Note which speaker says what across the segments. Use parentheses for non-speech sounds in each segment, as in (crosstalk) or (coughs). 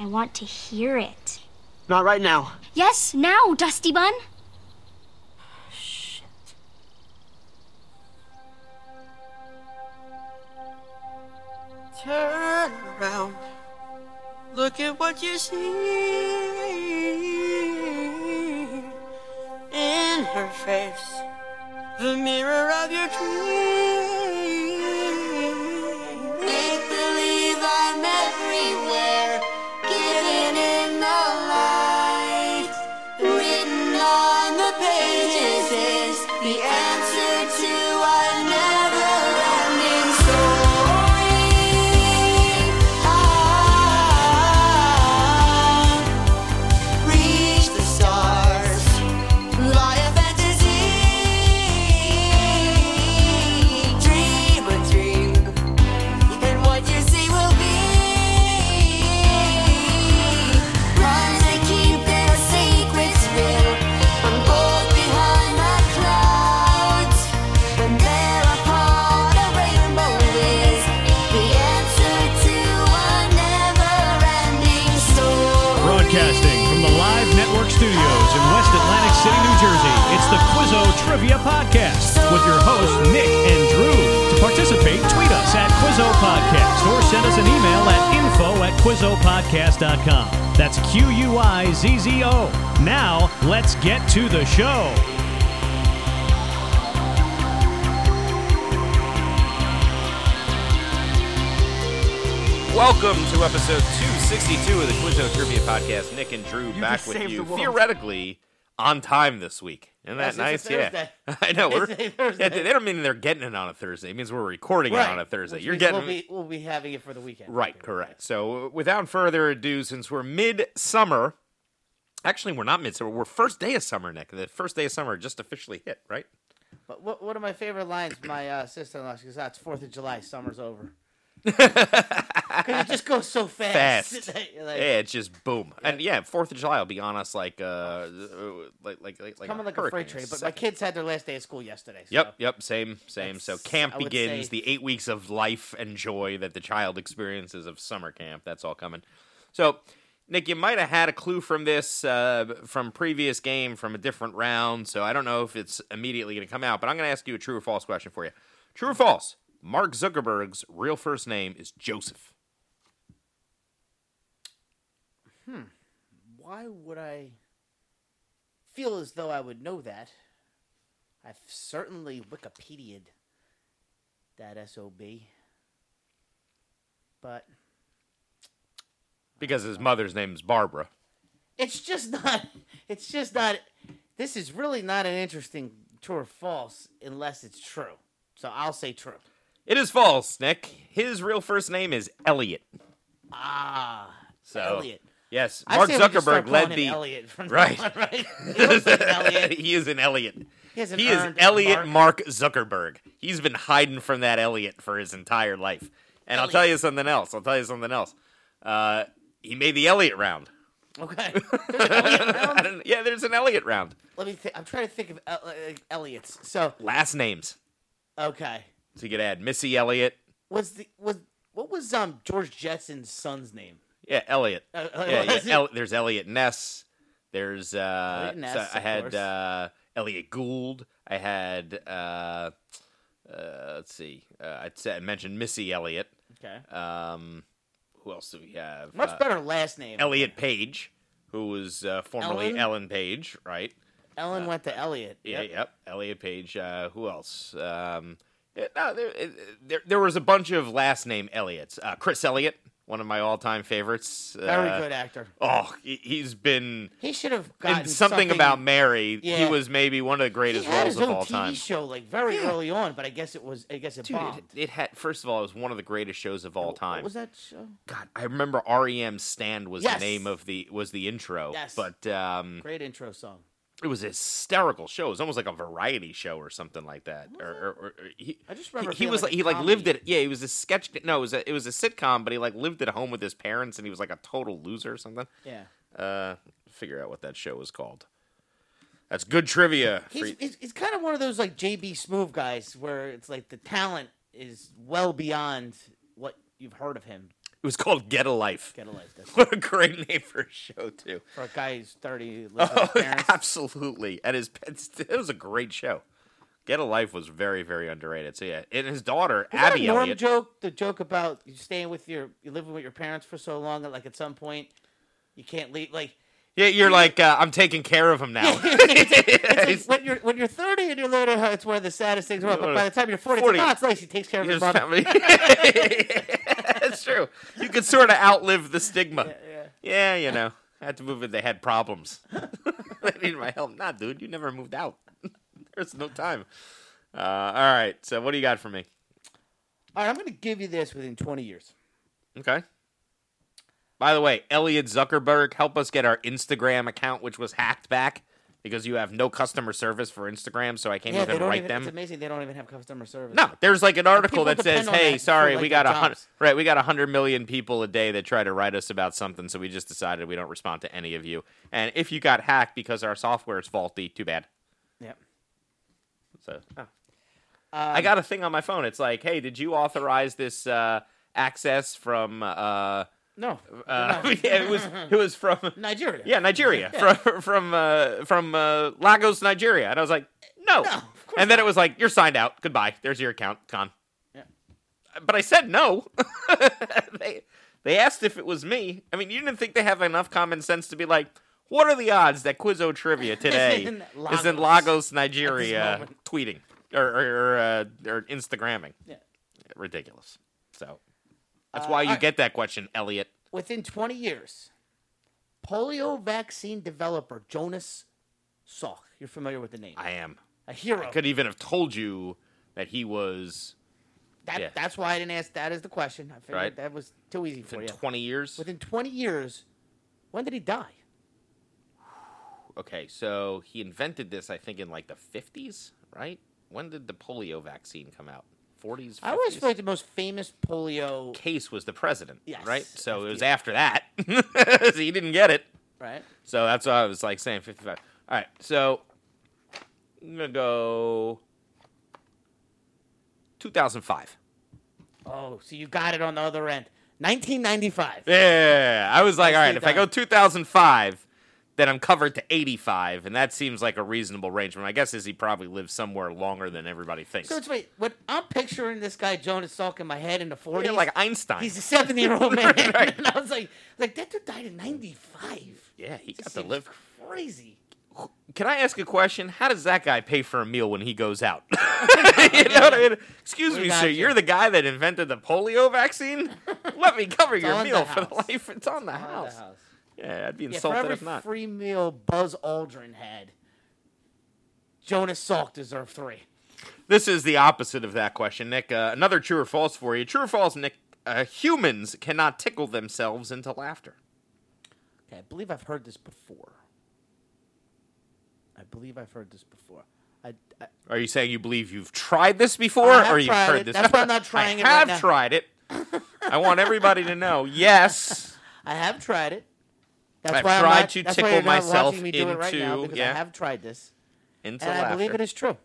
Speaker 1: I want to hear it.
Speaker 2: Not right now.
Speaker 1: Yes, now, Dusty Bun.
Speaker 3: Turn around. Look at what you see in her face. The mirror of your dream. Make believe I'm everywhere. Given in the light. Written on the pages is the answer to a never ending story. I reach the stars. Fly a fantasy. Dream a dream. And what you see will be. Rhymes that keep their secrets real. I'm bold behind the clouds. And there upon a rainbow is the answer to a never-ending story.
Speaker 4: Broadcasting from the Live Network Studios in West Atlantic City, New Jersey, it's the Quizzo Trivia Podcast with your hosts, Nick and Drew. To participate, tweet us at Quizzo Podcast or send us an email at info at QuizzoPodcast.com. That's Q U I Z Z O. Now, let's get to the show.
Speaker 5: Welcome to episode 262 of the Quizzo Trivia Podcast. Nick and Drew back
Speaker 2: just
Speaker 5: with
Speaker 2: saved
Speaker 5: you,
Speaker 2: the world.
Speaker 5: theoretically on time this week. Isn't that
Speaker 3: Yes,
Speaker 5: nice?
Speaker 3: it's a
Speaker 5: Yeah, (laughs) I know. We're,
Speaker 3: It's a Thursday.
Speaker 5: yeah, they they don't mean they're getting it on a Thursday. It means we're recording it on a Thursday.
Speaker 3: Which
Speaker 5: You're
Speaker 3: means
Speaker 5: getting
Speaker 3: We'll be, we'll be having it for the weekend.
Speaker 5: right, correct. So, without further ado, since we're mid-summer, actually, we're not mid-summer. We're first day of summer, Nick. The first day of summer just officially hit, right?
Speaker 3: But what, one of my favorite lines, my uh, sister-in-law, she goes, "Ah, it's Fourth of July,
Speaker 5: (laughs)
Speaker 3: summer's over." Because it just goes so fast.
Speaker 5: Fast.
Speaker 3: (laughs) Like,
Speaker 5: yeah, it's just boom, and yeah, Fourth of July will be on us like, uh, like, like, like, like
Speaker 3: Coming like a freight
Speaker 5: hurricane.
Speaker 3: train. But my
Speaker 5: Second.
Speaker 3: kids had their last day of school yesterday. So.
Speaker 5: Yep, yep, same, same. So
Speaker 3: That's-
Speaker 5: camp
Speaker 3: I would
Speaker 5: begins,
Speaker 3: say-
Speaker 5: the eight weeks of life and joy that the child experiences of summer camp. That's all coming. So, Nick, you might have had a clue from this uh, from previous game from a different round. So I don't know if it's immediately going to come out, but I'm going to ask you a true or false question for you. True or false? Mark Zuckerberg's real first name is Joseph.
Speaker 3: Why would I feel as though I would know that? I've certainly Wikipedia'd that sob, but
Speaker 5: Because his mother's name is Barbara.
Speaker 3: it's just not it's just not this is really not an interesting true or false unless it's true so i'll say true
Speaker 5: It is false, Nick. His real first name is Elliot.
Speaker 3: ah
Speaker 5: So
Speaker 3: Elliot.
Speaker 5: Yes,
Speaker 3: I
Speaker 5: Mark
Speaker 3: say we just start
Speaker 5: Zuckerberg
Speaker 3: calling
Speaker 5: led
Speaker 3: him
Speaker 5: the (laughs)
Speaker 3: Elliot from now
Speaker 5: Right.
Speaker 3: on, right? He looks like (laughs) Elliot.
Speaker 5: he is an Elliot.
Speaker 3: He has an
Speaker 5: He is
Speaker 3: earned
Speaker 5: Elliot Mark. Zuckerberg. He's been hiding from that Elliot for his entire life. And I'll tell you something else. I'll tell you something else. Uh, he made the Elliot round. (laughs)
Speaker 3: Okay. There's an Elliot
Speaker 5: I
Speaker 3: around?
Speaker 5: don't, yeah, there's an Elliot round.
Speaker 3: Let me. Th- I'm trying to think of El- like, Elliot's. So
Speaker 5: Last names.
Speaker 3: okay,
Speaker 5: So you could add Missy Elliot.
Speaker 3: was the was what was um George Jetson's son's name?
Speaker 5: Yeah, Elliot.
Speaker 3: Uh, uh,
Speaker 5: yeah, yeah.
Speaker 3: was it-
Speaker 5: El- there's Elliot Ness. There's uh,
Speaker 3: Elliot Ness,
Speaker 5: so I
Speaker 3: of
Speaker 5: had
Speaker 3: course.
Speaker 5: uh, Elliot Gould. I had uh, uh, let's see. Uh, I'd say, I mentioned Missy Elliot.
Speaker 3: Okay.
Speaker 5: Um, who else do we have?
Speaker 3: Much
Speaker 5: Uh,
Speaker 3: better last name.
Speaker 5: Elliot Page, who was uh, formerly
Speaker 3: Ellen?
Speaker 5: Ellen? Page, right?
Speaker 3: Ellen went to Elliot.
Speaker 5: Uh, Yeah,
Speaker 3: Yep.
Speaker 5: yep. Elliot Page. Uh, who else? Um, yeah, no, there, it- there, there was a bunch of last name Elliots. Uh, Chris Elliot, one of my all time favorites.
Speaker 3: Very
Speaker 5: Uh,
Speaker 3: good actor.
Speaker 5: Oh, he, he's been
Speaker 3: He should have
Speaker 5: in
Speaker 3: gotten
Speaker 5: something, about Mary.
Speaker 3: Yeah.
Speaker 5: He was maybe one of the
Speaker 3: He
Speaker 5: greatest
Speaker 3: had
Speaker 5: roles
Speaker 3: his
Speaker 5: of
Speaker 3: own
Speaker 5: all
Speaker 3: TV
Speaker 5: time.
Speaker 3: show like very
Speaker 5: Yeah.
Speaker 3: early on, but I guess it was. I guess it
Speaker 5: Dude,
Speaker 3: bombed.
Speaker 5: it, it had first of all, it was one of the greatest shows of all time.
Speaker 3: What was that show?
Speaker 5: God, I remember REM Stand was
Speaker 3: Yes.
Speaker 5: the name of the was the intro.
Speaker 3: Yes.
Speaker 5: But um
Speaker 3: Great intro song.
Speaker 5: it was a hysterical show. It was almost like a variety show or something like that. Or, or, or- or he,
Speaker 3: I just remember
Speaker 5: he,
Speaker 3: it
Speaker 5: he
Speaker 3: being
Speaker 5: was
Speaker 3: like
Speaker 5: like
Speaker 3: a
Speaker 5: he like lived
Speaker 3: comedy.
Speaker 5: it. Yeah, he was a sketch. No, it was a, it was a sitcom, but he like lived at home with his parents, and he was like a total loser or something.
Speaker 3: Yeah.
Speaker 5: Uh, figure out what that show was called. That's good trivia. for
Speaker 3: He's,
Speaker 5: you-
Speaker 3: he's, he's kind of one of those like JB Smoove guys where it's like the talent is well beyond what you've heard of him.
Speaker 5: It was called Get a Life.
Speaker 3: Get a life.
Speaker 5: (laughs)
Speaker 3: That's
Speaker 5: What a great name for a show, too.
Speaker 3: for a guy who's 30, lives with
Speaker 5: Oh, (laughs)
Speaker 3: his parents.
Speaker 5: absolutely. And his (laughs) pets, it was a great show. Get a Life was very, very underrated. So, yeah. And his daughter,
Speaker 3: Was that
Speaker 5: Abby
Speaker 3: a Norm
Speaker 5: Elliott.
Speaker 3: joke? The joke about you staying with your, you living with your parents for so long that like at some point you can't leave. Like,
Speaker 5: yeah, you're like, uh, I'm taking care of him now. (laughs)
Speaker 3: it's like when you're when you're 30 and you're later, it's one of the saddest things. in the world, But by the time you're 40,
Speaker 5: 40.
Speaker 3: it's, like, "Oh, it's nice. He takes care of
Speaker 5: His
Speaker 3: his mother.
Speaker 5: family. (laughs) That's true. You could sort of outlive the stigma. Yeah, you know, I had to move in. They had problems. (laughs) they needed my help. Nah, dude, you never moved out. (laughs) There's no time. Uh, all right. So, what do you got for me?
Speaker 3: All right, I'm gonna give you this within 20 years.
Speaker 5: Okay. By the way, Elliot Zuckerberg, help us get our Instagram account, which was hacked back because you have no customer service for Instagram, so I can't
Speaker 3: Yeah, they
Speaker 5: even
Speaker 3: don't
Speaker 5: write
Speaker 3: even,
Speaker 5: them.
Speaker 3: It's amazing they don't even have customer service.
Speaker 5: No, there's like an article
Speaker 3: people
Speaker 5: that
Speaker 3: depend
Speaker 5: says,
Speaker 3: on
Speaker 5: "Hey,
Speaker 3: that for,
Speaker 5: sorry,
Speaker 3: like,
Speaker 5: we
Speaker 3: their
Speaker 5: got a hundred
Speaker 3: jobs."
Speaker 5: right, we got a hundred million people a day that try to write us about something, so we just decided we don't respond to any of you. And if you got hacked because our software is faulty, too bad."
Speaker 3: Yep.
Speaker 5: So oh.
Speaker 3: Um,
Speaker 5: I got a thing on my phone. It's like, "Hey, did you authorize this uh, access from?" Uh,
Speaker 3: No.
Speaker 5: uh, (laughs) yeah, it was it was
Speaker 3: (laughs)
Speaker 5: from
Speaker 3: Nigeria.
Speaker 5: yeah, Nigeria from from uh, from uh, Lagos, Nigeria. And I was like, no.
Speaker 3: of course
Speaker 5: and then it was like, you're signed out. Goodbye. There's your account. Gone.
Speaker 3: Yeah.
Speaker 5: But I said no. (laughs) they they asked if it was me. I mean, you didn't think they have enough common sense to be like, what are the odds that Quizzo
Speaker 3: (laughs)
Speaker 5: Trivia today
Speaker 3: in
Speaker 5: is in Lagos,
Speaker 3: Lagos
Speaker 5: Nigeria,
Speaker 3: moment.
Speaker 5: tweeting or or, or, uh, or Instagramming?
Speaker 3: Yeah.
Speaker 5: Ridiculous. So that's why you
Speaker 3: alright.
Speaker 5: get that question, Elliot.
Speaker 3: Within 20 years, polio vaccine developer Jonas Salk. You're familiar with the name.
Speaker 5: I am.
Speaker 3: A hero.
Speaker 5: I could even have told you that he was
Speaker 3: that,
Speaker 5: yeah.
Speaker 3: That's why I didn't ask. That is the question. I figured
Speaker 5: Right.
Speaker 3: that was too easy for
Speaker 5: in
Speaker 3: you.
Speaker 5: 20 years.
Speaker 3: Within 20 years, when did he die?
Speaker 5: okay, so he invented this, I think, in like the 50s, right? When did the polio vaccine come out? 40s, 50s?
Speaker 3: I always feel like the most famous polio.
Speaker 5: Case was the president,
Speaker 3: Yes,
Speaker 5: right? So it was
Speaker 3: FDR.
Speaker 5: after that. (laughs) so he didn't get it.
Speaker 3: Right.
Speaker 5: So that's why I was like saying 55. All right, so I'm going to go 2005.
Speaker 3: Oh, so you got it on the other end. 1995.
Speaker 5: Yeah, I was like, all right,
Speaker 3: see
Speaker 5: if
Speaker 3: that.
Speaker 5: I go 2005, then I'm covered to 85, and that seems like a reasonable range. My guess is he probably lives somewhere longer than everybody thinks.
Speaker 3: So it's wait, what I'm picturing this guy Jonas Salk in my head in the 40s.
Speaker 5: yeah, like Einstein.
Speaker 3: He's a 70 year (laughs) old man. and I was like, like that dude died in 95.
Speaker 5: yeah, he got
Speaker 3: This
Speaker 5: to
Speaker 3: seems
Speaker 5: live.
Speaker 3: Crazy.
Speaker 5: Can I ask a question? How does that guy pay for a meal when he goes out? (laughs)
Speaker 3: (laughs)
Speaker 5: you know what I mean? Excuse
Speaker 3: We
Speaker 5: me,
Speaker 3: got
Speaker 5: sir.
Speaker 3: you.
Speaker 5: You. are the guy that invented the polio
Speaker 3: (laughs)
Speaker 5: vaccine. Let me cover your
Speaker 3: on the
Speaker 5: meal for the
Speaker 3: house.
Speaker 5: life. It's on the,
Speaker 3: Out
Speaker 5: house.
Speaker 3: of the house.
Speaker 5: Yeah, I'd be
Speaker 3: Yeah,
Speaker 5: insulted
Speaker 3: for every
Speaker 5: if not.
Speaker 3: free meal Buzz Aldrin had, Jonas Salk deserved three.
Speaker 5: This is the opposite of that question, Nick. Uh, another true or false for you. True or false, Nick? Uh, humans cannot tickle themselves into laughter.
Speaker 3: Okay, I believe I've heard this before. I believe I've heard this before. I, I
Speaker 5: Are you saying you believe you've tried this before,
Speaker 3: I have
Speaker 5: or you've
Speaker 3: tried
Speaker 5: heard
Speaker 3: it.
Speaker 5: this?
Speaker 3: That's why I'm not
Speaker 5: (laughs)
Speaker 3: trying
Speaker 5: I
Speaker 3: it right
Speaker 5: have
Speaker 3: now.
Speaker 5: tried
Speaker 3: (laughs)
Speaker 5: it. I want everybody to know. Yes,
Speaker 3: I have tried it. That's
Speaker 5: I've
Speaker 3: why I'm
Speaker 5: tried
Speaker 3: not,
Speaker 5: to
Speaker 3: that's
Speaker 5: tickle
Speaker 3: why you're not
Speaker 5: myself
Speaker 3: watching me do it right now
Speaker 5: into-
Speaker 3: because
Speaker 5: yeah.
Speaker 3: I have tried this,
Speaker 5: into
Speaker 3: and
Speaker 5: laughter.
Speaker 3: I believe it is true.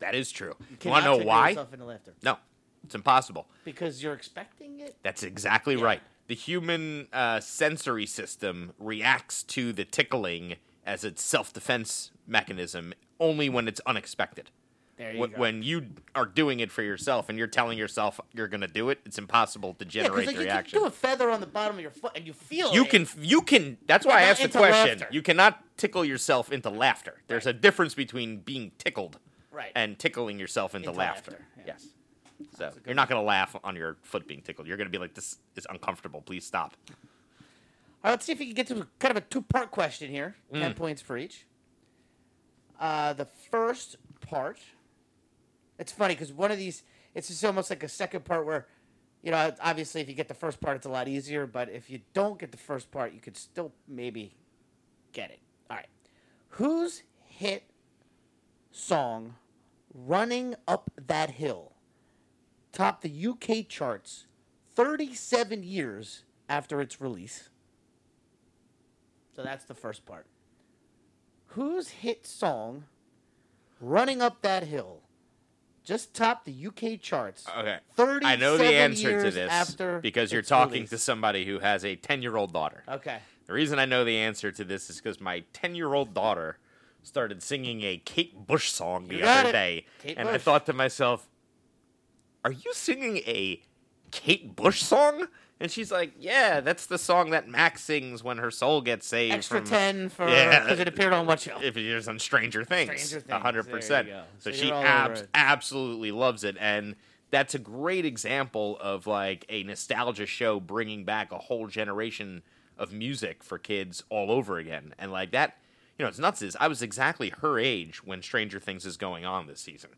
Speaker 5: That is true. You,
Speaker 3: Cannot
Speaker 5: want to know
Speaker 3: tickle
Speaker 5: why?
Speaker 3: yourself into laughter.
Speaker 5: No, it's impossible.
Speaker 3: Because you're expecting it.
Speaker 5: That's exactly right. The human uh, sensory system reacts to the tickling as its self defense mechanism only when it's unexpected.
Speaker 3: There you
Speaker 5: Wh-
Speaker 3: go.
Speaker 5: When you are doing it for yourself and you're telling yourself you're going to do it, it's impossible to
Speaker 3: yeah, because
Speaker 5: generate
Speaker 3: like,
Speaker 5: the
Speaker 3: you can
Speaker 5: reaction.
Speaker 3: do a feather on the bottom of your foot and you feel
Speaker 5: You
Speaker 3: it.
Speaker 5: can, you can. That's why I
Speaker 3: Not
Speaker 5: asked the
Speaker 3: into
Speaker 5: question.
Speaker 3: laughter.
Speaker 5: You cannot tickle yourself into laughter. There's a difference between being tickled
Speaker 3: Right.
Speaker 5: and tickling yourself into,
Speaker 3: Into
Speaker 5: laughter.
Speaker 3: laughter, yeah.
Speaker 5: Yes. So you're not going to laugh on your foot being tickled. You're going to be like, "This is uncomfortable. Please stop."
Speaker 3: All right, let's see if we can get to kind of a two-part question here. Ten points for each. Uh, the first part. It's funny because one of these, it's just almost like a second part where, you know, obviously if you get the first part, it's a lot easier. But if you don't get the first part, you could still maybe get it. All right, whose hit song "Running Up That Hill" topped the UK charts 37 years after its release? So that's the first part. Whose hit song, Running Up That Hill, just topped the UK charts.
Speaker 5: Uh, Okay.
Speaker 3: Thirty.
Speaker 5: I know the answer to this
Speaker 3: after
Speaker 5: because you're
Speaker 3: its
Speaker 5: talking
Speaker 3: release.
Speaker 5: to somebody who has a 10 year old daughter.
Speaker 3: Okay.
Speaker 5: The reason I know the answer to this is because my 10 year old daughter started singing a Kate Bush song the
Speaker 3: You got
Speaker 5: other
Speaker 3: it.
Speaker 5: day.
Speaker 3: Kate
Speaker 5: and I
Speaker 3: Bush.
Speaker 5: thought to myself, are you singing a Kate Bush song? And she's like, yeah, that's the song that Max sings when her soul gets saved.
Speaker 3: Extra
Speaker 5: from,
Speaker 3: ten for
Speaker 5: Yeah.
Speaker 3: because it appeared on what show?
Speaker 5: (laughs) if it is on Stranger Things.
Speaker 3: Stranger Things,
Speaker 5: a hundred
Speaker 3: there you
Speaker 5: percent.
Speaker 3: go.
Speaker 5: So,
Speaker 3: So
Speaker 5: she
Speaker 3: you're all
Speaker 5: abs-
Speaker 3: over it.
Speaker 5: absolutely loves it, and that's a great example of like a nostalgia show bringing back a whole generation of music for kids all over again, and like that. You know, it's nuts. Is I was exactly her age when Stranger Things is going on this season,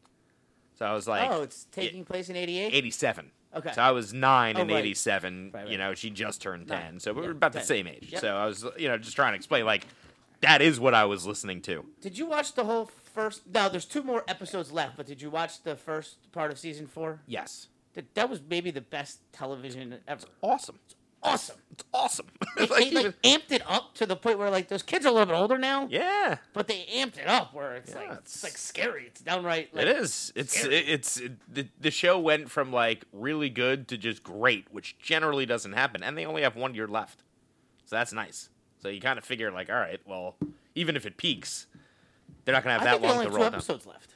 Speaker 5: so I was like,
Speaker 3: oh, it's taking place in '88.
Speaker 5: 87.
Speaker 3: Okay.
Speaker 5: So I was nine
Speaker 3: Oh,
Speaker 5: in
Speaker 3: right.
Speaker 5: 87.
Speaker 3: Right, right.
Speaker 5: You know, she just turned 10.
Speaker 3: Nine.
Speaker 5: So we were
Speaker 3: Yeah,
Speaker 5: about the
Speaker 3: 10.
Speaker 5: same age.
Speaker 3: Yep.
Speaker 5: So I was, you know, just trying to explain, like, that is what I was listening to.
Speaker 3: Did you watch the whole first? No, there's two more episodes left. But did you watch the first part of season four?
Speaker 5: Yes.
Speaker 3: That, that was maybe the best television ever.
Speaker 5: Awesome.
Speaker 3: Awesome.
Speaker 5: (laughs) It's awesome.
Speaker 3: They,
Speaker 5: Like,
Speaker 3: they, like,
Speaker 5: even-
Speaker 3: amped it up to the point where like those kids are a little bit older now.
Speaker 5: yeah.
Speaker 3: But they amped it up where it's
Speaker 5: Yeah,
Speaker 3: like
Speaker 5: it's-
Speaker 3: it's, like scary. It's downright. Like,
Speaker 5: It is. It's
Speaker 3: scary.
Speaker 5: it, it's it, the, the show went from like really good to just great, which generally doesn't happen, and they only have one year left, so that's nice. So you kind of figure like, all right, well, even if it peaks, they're not gonna have
Speaker 3: I
Speaker 5: that
Speaker 3: think there
Speaker 5: long
Speaker 3: are
Speaker 5: to
Speaker 3: only
Speaker 5: roll
Speaker 3: two
Speaker 5: down
Speaker 3: episodes left.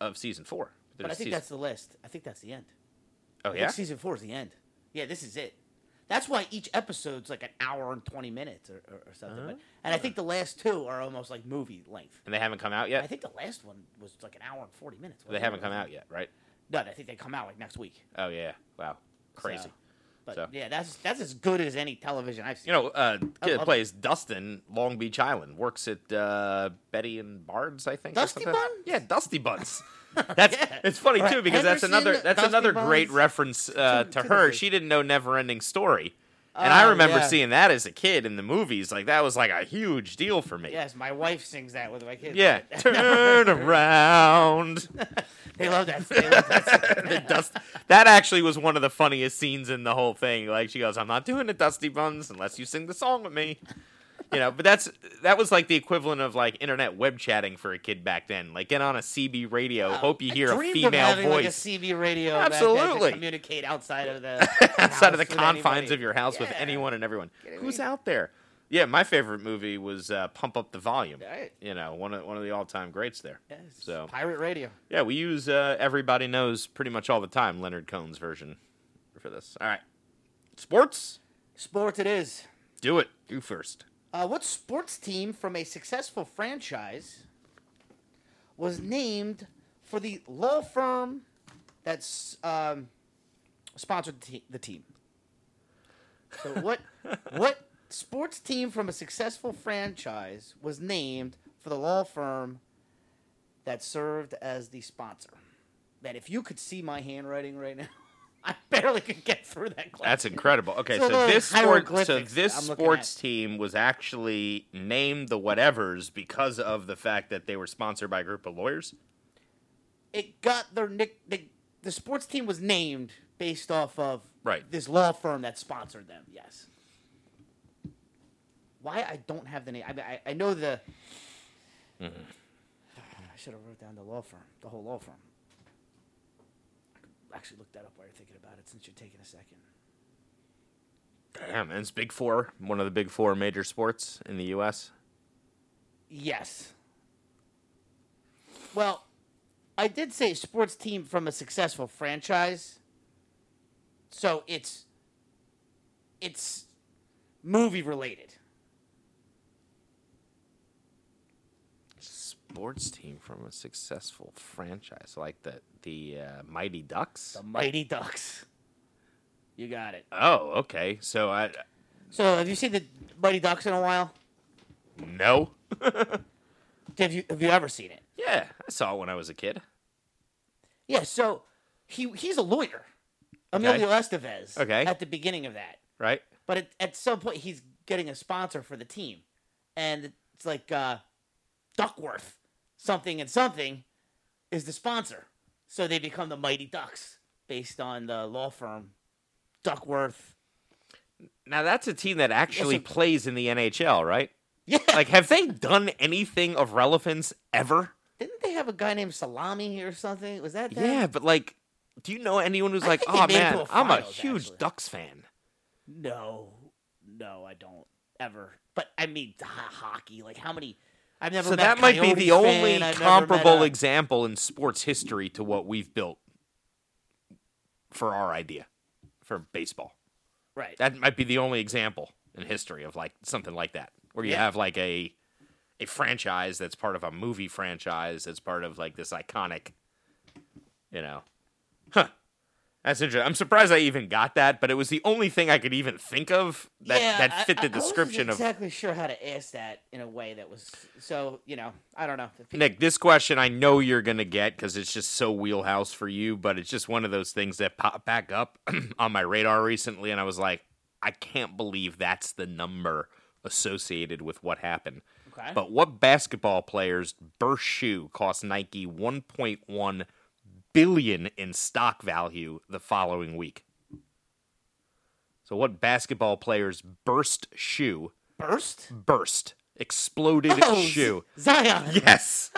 Speaker 5: of season four.
Speaker 3: But I
Speaker 5: There's
Speaker 3: think
Speaker 5: season-
Speaker 3: that's the list. I think that's the end.
Speaker 5: oh
Speaker 3: I
Speaker 5: yeah,
Speaker 3: think season four is the end. Yeah, this is it. That's why each episode's like an hour and twenty minutes or, or, or something. But,
Speaker 5: Oh.
Speaker 3: and I think the last two are almost like movie length.
Speaker 5: and they haven't come out
Speaker 3: I
Speaker 5: yet.
Speaker 3: think the last one was like an hour and forty minutes.
Speaker 5: They haven't come out yet, right?
Speaker 3: No, I think they come out like next week.
Speaker 5: Oh yeah, wow, crazy.
Speaker 3: So, but
Speaker 5: So.
Speaker 3: yeah, that's that's as good as any television I've seen.
Speaker 5: You know, uh,
Speaker 3: I
Speaker 5: kid
Speaker 3: love
Speaker 5: plays Dustin, Long Beach Island. Works at uh, Betty and Barnes, I think. or
Speaker 3: Dusty
Speaker 5: something.
Speaker 3: Buns?
Speaker 5: Yeah, Dusty Buns.
Speaker 3: (laughs)
Speaker 5: That's
Speaker 3: Yeah.
Speaker 5: (laughs) it's funny
Speaker 3: Right,
Speaker 5: too because that's
Speaker 3: Henderson,
Speaker 5: another that's
Speaker 3: Dusty
Speaker 5: another great
Speaker 3: Buns.
Speaker 5: reference uh,
Speaker 3: To-
Speaker 5: to
Speaker 3: to
Speaker 5: her.
Speaker 3: the-
Speaker 5: She didn't know Never Ending Story, and I
Speaker 3: Oh,
Speaker 5: remember
Speaker 3: yeah.
Speaker 5: seeing that as a kid in the movies. Like that was like a huge deal for me.
Speaker 3: yes, my wife sings that with my kids. (laughs)
Speaker 5: Yeah, turn around.
Speaker 3: they love that. They love that.
Speaker 5: the dust. That actually was one of the funniest scenes in the whole thing. Like she goes, "I'm not doing the Dusty Buns unless you sing the song with me." You know, but that's that was like the equivalent of like internet web chatting for a kid back then. Like get on a CB radio, hope you hear a
Speaker 3: Dreamed
Speaker 5: female
Speaker 3: of having, Like a
Speaker 5: voice
Speaker 3: CB radio. back then to
Speaker 5: Absolutely.
Speaker 3: communicate outside of the
Speaker 5: (laughs) outside of the
Speaker 3: house with
Speaker 5: confines
Speaker 3: anybody.
Speaker 5: of your house with
Speaker 3: Yeah.
Speaker 5: anyone and everyone. Who's out there? Yeah, my favorite movie was uh, Pump Up the Volume.
Speaker 3: Right.
Speaker 5: You know, one of one of the all time greats there.
Speaker 3: Yes,
Speaker 5: So
Speaker 3: pirate radio.
Speaker 5: Yeah, we use uh, everybody knows pretty much all the time Leonard Cohen's version for this. All right, sports,
Speaker 3: Sports it is.
Speaker 5: do it. You first.
Speaker 3: Uh, what sports team from a successful franchise was named for the law firm that's um, sponsored the, te- the team? So what what sports team from a successful franchise was named for the law firm that served as the sponsor? Man, if you could see my handwriting right now, (laughs) I barely could get through that class.
Speaker 5: That's incredible. Okay, so,
Speaker 3: So the
Speaker 5: this sport, so
Speaker 3: hieroglyphics
Speaker 5: this
Speaker 3: I'm looking
Speaker 5: sports
Speaker 3: at.
Speaker 5: team was actually named the whatevers because of the fact that they were sponsored by a group of lawyers.
Speaker 3: it got their nick. They, the sports team was named based off of
Speaker 5: Right.
Speaker 3: this law firm that sponsored them. Yes. Why I don't have the name? I mean, I, I know the. I should have wrote down the law firm, the whole law firm. I could actually look that up while you're thinking about it, since you're taking a second.
Speaker 5: Damn, and it's Big Four, one of the Big Four major sports in the U.S.
Speaker 3: Yes. Well, I did say sports team from a successful franchise. So it's it's movie related.
Speaker 5: Sports team from a successful franchise like the the uh, Mighty Ducks.
Speaker 3: The Mighty Ducks. You got it.
Speaker 5: Oh, okay. So I
Speaker 3: So have you seen the Mighty Ducks in a while?
Speaker 5: no.
Speaker 3: Have you have you ever seen it?
Speaker 5: Yeah, I saw it when I was a kid.
Speaker 3: Yeah, so he he's a lawyer. Emilio Estevez.
Speaker 5: Okay.
Speaker 3: At the beginning of that.
Speaker 5: Right?
Speaker 3: But at, at some point, he's getting a sponsor for the team, and it's like uh, Duckworth, something and something, is the sponsor. So they become the Mighty Ducks based on the law firm Duckworth. (laughs)
Speaker 5: Now that's a team that actually
Speaker 3: so-
Speaker 5: plays in the NHL, right?
Speaker 3: Yeah,
Speaker 5: Like, have they done anything of relevance ever?
Speaker 3: Didn't they have a guy named Salami or something? Was that them?
Speaker 5: Yeah, but like, do you know anyone who's like,
Speaker 3: think they
Speaker 5: oh
Speaker 3: made it
Speaker 5: man,
Speaker 3: to a
Speaker 5: I'm a
Speaker 3: finals,
Speaker 5: huge
Speaker 3: actually."
Speaker 5: Ducks fan?
Speaker 3: No, no, I don't ever. But I mean, ho- hockey. Like how many? I've never.
Speaker 5: So
Speaker 3: met a
Speaker 5: that might be
Speaker 3: Coyotes
Speaker 5: the only
Speaker 3: fan, I've never met uh,
Speaker 5: comparable
Speaker 3: a-
Speaker 5: example in sports history to what we've built for our idea for baseball.
Speaker 3: right.
Speaker 5: That might be the only example in history of like something like that, where you
Speaker 3: Yeah.
Speaker 5: have like a a franchise that's part of a movie franchise that's part of like this iconic, you know, huh. That's interesting. I'm surprised I even got that, but it was the only thing I could even think of that,
Speaker 3: Yeah, I-
Speaker 5: that fit
Speaker 3: I-
Speaker 5: the description
Speaker 3: I
Speaker 5: of
Speaker 3: wasn't exactly sure how to ask that in a way that was so. You know, I don't know. If people-
Speaker 5: Nick, this question I know you're going to get because it's just so wheelhouse for you, but it's just one of those things that popped back up (clears throat) on my radar recently. And I was like, I can't believe that's the number associated with what happened.
Speaker 3: Okay.
Speaker 5: But what basketball player's Burst shoe cost Nike 1.1 billion in stock value the following week? So, what basketball player's burst shoe
Speaker 3: burst
Speaker 5: burst, exploded
Speaker 3: (laughs) Oh, Z-
Speaker 5: shoe?
Speaker 3: Zion.
Speaker 5: Yes.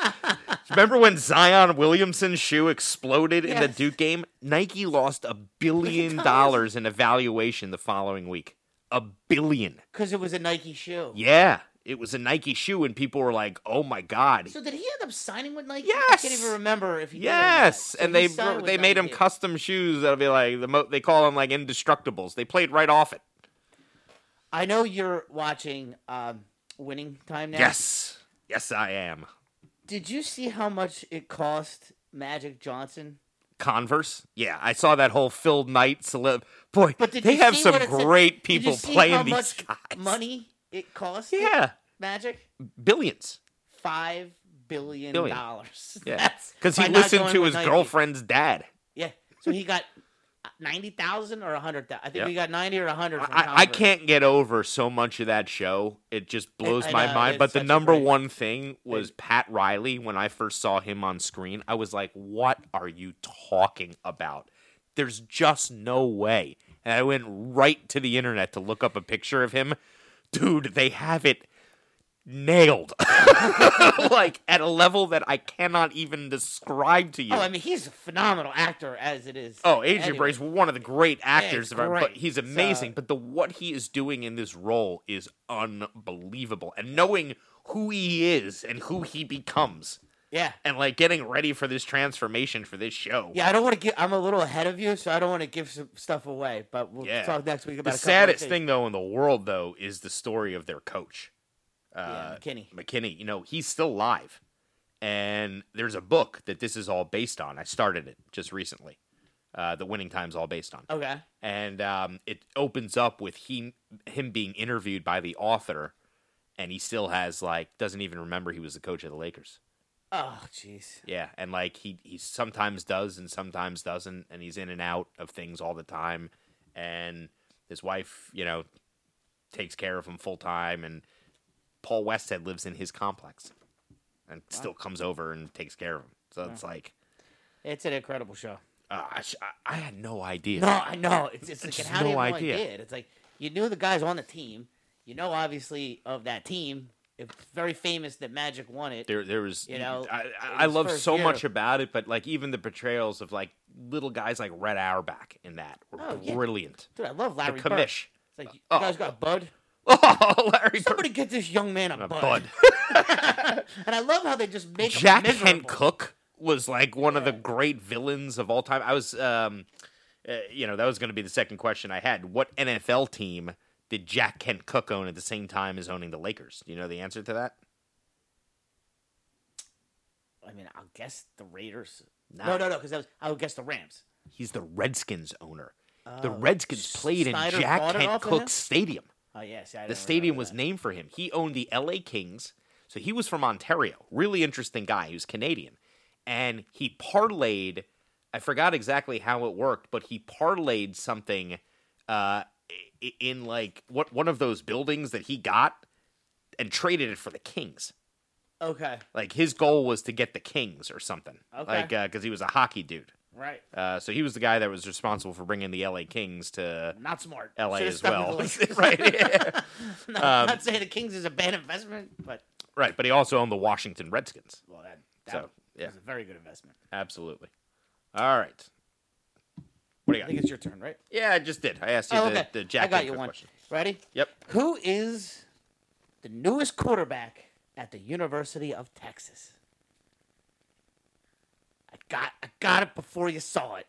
Speaker 5: Remember when Zion Williamson's shoe exploded in the
Speaker 3: Yes.
Speaker 5: Duke game? Nike lost a billion
Speaker 3: dollars.
Speaker 5: dollars in evaluation the following week. A billion.
Speaker 3: Because it was a Nike shoe.
Speaker 5: Yeah. It was a Nike shoe, and people were like, oh my God.
Speaker 3: So did he end up signing with Nike? I can't
Speaker 5: Yes.
Speaker 3: even remember if he. did or not.
Speaker 5: Yes,
Speaker 3: So
Speaker 5: and
Speaker 3: he
Speaker 5: they
Speaker 3: signed with
Speaker 5: they made him
Speaker 3: Nike.
Speaker 5: custom shoes that'll be like the mo- they call them like indestructibles. They played right off it.
Speaker 3: I know you're watching um, Winning Time now.
Speaker 5: Yes, yes, I am.
Speaker 3: Did you see how much it cost Magic Johnson?
Speaker 5: Converse. Yeah, I saw that whole Phil Knight celeb. Boy,
Speaker 3: But did
Speaker 5: they
Speaker 3: you
Speaker 5: have
Speaker 3: see
Speaker 5: some
Speaker 3: what it said-
Speaker 5: great
Speaker 3: did you
Speaker 5: people
Speaker 3: see
Speaker 5: playing
Speaker 3: how
Speaker 5: these
Speaker 3: much
Speaker 5: guys.
Speaker 3: Money it cost.
Speaker 5: Yeah,
Speaker 3: Magic
Speaker 5: billions.
Speaker 3: five billion
Speaker 5: Billion. (laughs)
Speaker 3: dollars. (laughs)
Speaker 5: Yeah,
Speaker 3: That's-
Speaker 5: because he
Speaker 3: by not
Speaker 5: listened
Speaker 3: going
Speaker 5: to
Speaker 3: with
Speaker 5: his
Speaker 3: Nike.
Speaker 5: girlfriend's dad.
Speaker 3: Yeah, so he got ninety thousand or a hundred thousand. I think
Speaker 5: Yep.
Speaker 3: we got ninety or a hundred. from
Speaker 5: I, I
Speaker 3: Converse.
Speaker 5: can't get over so much of that show. It just blows
Speaker 3: I
Speaker 5: my
Speaker 3: know,
Speaker 5: mind.
Speaker 3: it's
Speaker 5: But the
Speaker 3: such a
Speaker 5: number
Speaker 3: great-
Speaker 5: one thing was Pat Riley. When I first saw him on screen, I was like, "What are you talking about?" There's just no way. And I went right to the internet to look up a picture of him. Dude, they have it nailed, (laughs) like at a level that I cannot even describe to you.
Speaker 3: Oh, I mean, he's a phenomenal actor as it is.
Speaker 5: Oh, Adrian
Speaker 3: Anyway,
Speaker 5: Brace, one of the great actors
Speaker 3: he's
Speaker 5: of our, but
Speaker 3: great.
Speaker 5: he's
Speaker 3: So-
Speaker 5: amazing. but the what he is doing in this role is unbelievable, and knowing who he is and who he becomes,
Speaker 3: Yeah.
Speaker 5: and like getting ready for this transformation for this show.
Speaker 3: Yeah, I don't want to give. I'm a little ahead of you, so I don't want to give some stuff away. But we'll
Speaker 5: Yeah.
Speaker 3: talk next week about
Speaker 5: the
Speaker 3: a couple
Speaker 5: saddest
Speaker 3: of things.
Speaker 5: thing though in the world though is the story of their coach, uh,
Speaker 3: yeah, McKinney.
Speaker 5: McKinney. You know, he's still alive, and there's a book that this is all based on. I started it just recently. Uh, the winning time's all based on.
Speaker 3: Okay.
Speaker 5: and um, it opens up with he him being interviewed by the author, and he still has like doesn't even remember he was the coach of the Lakers.
Speaker 3: Oh, jeez.
Speaker 5: Yeah, and like he he sometimes does and sometimes doesn't, and he's in and out of things all the time, and his wife you know takes care of him full time, and Paul Westhead lives in his complex, and still comes over and takes care of him. So it's like.
Speaker 3: It's an incredible show.
Speaker 5: Uh, I, sh- I- I had no idea.
Speaker 3: (laughs) No, I know. It's, it's like,
Speaker 5: Just
Speaker 3: how do you
Speaker 5: no
Speaker 3: know
Speaker 5: idea.
Speaker 3: I did? It's like, you knew the guys on the team. You know, obviously, of that team. It's very famous that Magic won it.
Speaker 5: there there was
Speaker 3: You know,
Speaker 5: I, I,
Speaker 3: in
Speaker 5: I
Speaker 3: his
Speaker 5: love
Speaker 3: first
Speaker 5: so
Speaker 3: year.
Speaker 5: much about it, but like even the portrayals of like little guys like Red Auerbach in that were
Speaker 3: Oh, yeah.
Speaker 5: brilliant.
Speaker 3: Dude, I love Larry Bird.
Speaker 5: commish. (laughs)
Speaker 3: It's like, you
Speaker 5: Oh.
Speaker 3: guys got Bud?
Speaker 5: Oh, Larry Bird.
Speaker 3: Somebody get this young man a,
Speaker 5: Uh,
Speaker 3: bud. (laughs)
Speaker 5: Bud.
Speaker 3: And I love how they just make him
Speaker 5: Jack Kent
Speaker 3: miserable.
Speaker 5: Cook was like one of the great villains of all time. I was, um, uh, you know, that was going to be the second question I had. What NFL team did Jack Kent Cook own at the same time as owning the Lakers? Do you know the answer to that?
Speaker 3: I mean, I'll guess the Raiders.
Speaker 5: Nah.
Speaker 3: No, no, no, because I would guess the Rams.
Speaker 5: He's the Redskins owner. the Redskins played in
Speaker 3: Oh. Snyder
Speaker 5: Jack
Speaker 3: bought it
Speaker 5: Kent
Speaker 3: off of him?
Speaker 5: Cook's stadium.
Speaker 3: Oh, yes. Yeah, see, I
Speaker 5: The
Speaker 3: don't
Speaker 5: stadium
Speaker 3: remember
Speaker 5: was
Speaker 3: that.
Speaker 5: named for him. He owned the LA Kings. So he was from Ontario. Really interesting guy. He was Canadian. And he parlayed, I forgot exactly how it worked, but he parlayed something uh, i- i- in like what one of those buildings that he got and traded it for the Kings.
Speaker 3: Okay.
Speaker 5: Like his goal was to get the Kings or something.
Speaker 3: Okay.
Speaker 5: Like, because he was a hockey dude.
Speaker 3: Right.
Speaker 5: Uh, so he was the guy that was responsible for bringing the LA Kings to
Speaker 3: Not smart.
Speaker 5: LA
Speaker 3: Should've
Speaker 5: as
Speaker 3: stuck with the
Speaker 5: (laughs) well.
Speaker 3: Lakers. (laughs)
Speaker 5: right. um, yeah.
Speaker 3: not saying the Kings is a bad investment, but
Speaker 5: Right, but he also owned the Washington Redskins.
Speaker 3: well, that That
Speaker 5: So, yeah.
Speaker 3: was a very good investment.
Speaker 5: Absolutely. All right. What do you
Speaker 3: I
Speaker 5: got?
Speaker 3: think it's your turn, right?
Speaker 5: Yeah, I just did. I asked you
Speaker 3: Oh,
Speaker 5: the,
Speaker 3: okay.
Speaker 5: the Jack
Speaker 3: I got
Speaker 5: Hancock
Speaker 3: you one.
Speaker 5: question.
Speaker 3: Ready?
Speaker 5: Yep.
Speaker 3: Who is the newest quarterback at the University of Texas? I got I got it before you saw it.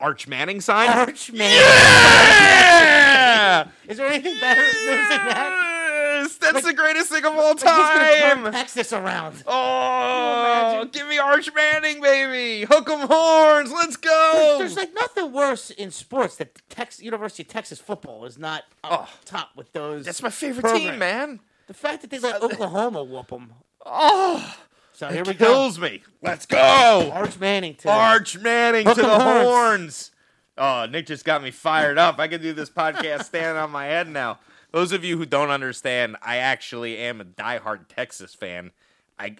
Speaker 5: Arch Manning sign?
Speaker 3: Arch Manning.
Speaker 5: Yeah!
Speaker 3: Is there anything better news than that?
Speaker 5: Yes! That's the greatest thing of all
Speaker 3: He's gonna turn
Speaker 5: time!
Speaker 3: Texas around.
Speaker 5: Oh, give me Arch Manning, baby! Hook 'em horns! Let's go!
Speaker 3: There's like nothing worse in sports that the Tex- University of Texas football is not up
Speaker 5: Oh.
Speaker 3: top with those.
Speaker 5: That's my favorite team,
Speaker 3: programs.
Speaker 5: man.
Speaker 3: The fact that they let Oklahoma whoop them.
Speaker 5: Oh,
Speaker 3: So here we go.
Speaker 5: kills me. Let's go!
Speaker 3: Arch Manning. Too.
Speaker 5: Arch Manning
Speaker 3: Hook
Speaker 5: to
Speaker 3: 'em
Speaker 5: the
Speaker 3: horns.
Speaker 5: horns. Oh, Nick just got me fired up. I can do this podcast (laughs) standing on my head now. Those of you who don't understand, I actually am a diehard Texas fan. I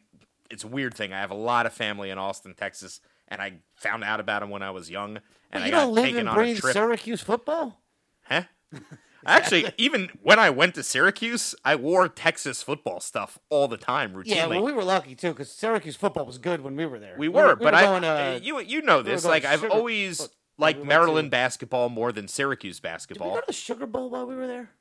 Speaker 5: it's a weird thing. I have a lot of family in Austin, Texas, and I found out about them when I was young. And I
Speaker 3: You
Speaker 5: got
Speaker 3: don't live
Speaker 5: taken
Speaker 3: and
Speaker 5: on a
Speaker 3: breathe
Speaker 5: trip.
Speaker 3: Syracuse football?
Speaker 5: Huh? Actually, even when I went to Syracuse, I wore Texas football stuff all the time routinely.
Speaker 3: Yeah, well, we were lucky too because Syracuse football was good when we were there.
Speaker 5: We were, but I eh,
Speaker 3: going, uh,
Speaker 5: you you know this.
Speaker 3: going
Speaker 5: Like I've
Speaker 3: sugar-
Speaker 5: always
Speaker 3: look,
Speaker 5: liked
Speaker 3: we went
Speaker 5: Maryland
Speaker 3: to-
Speaker 5: basketball more than Syracuse
Speaker 3: did we
Speaker 5: basketball.
Speaker 3: go to the Sugar Bowl while we were there?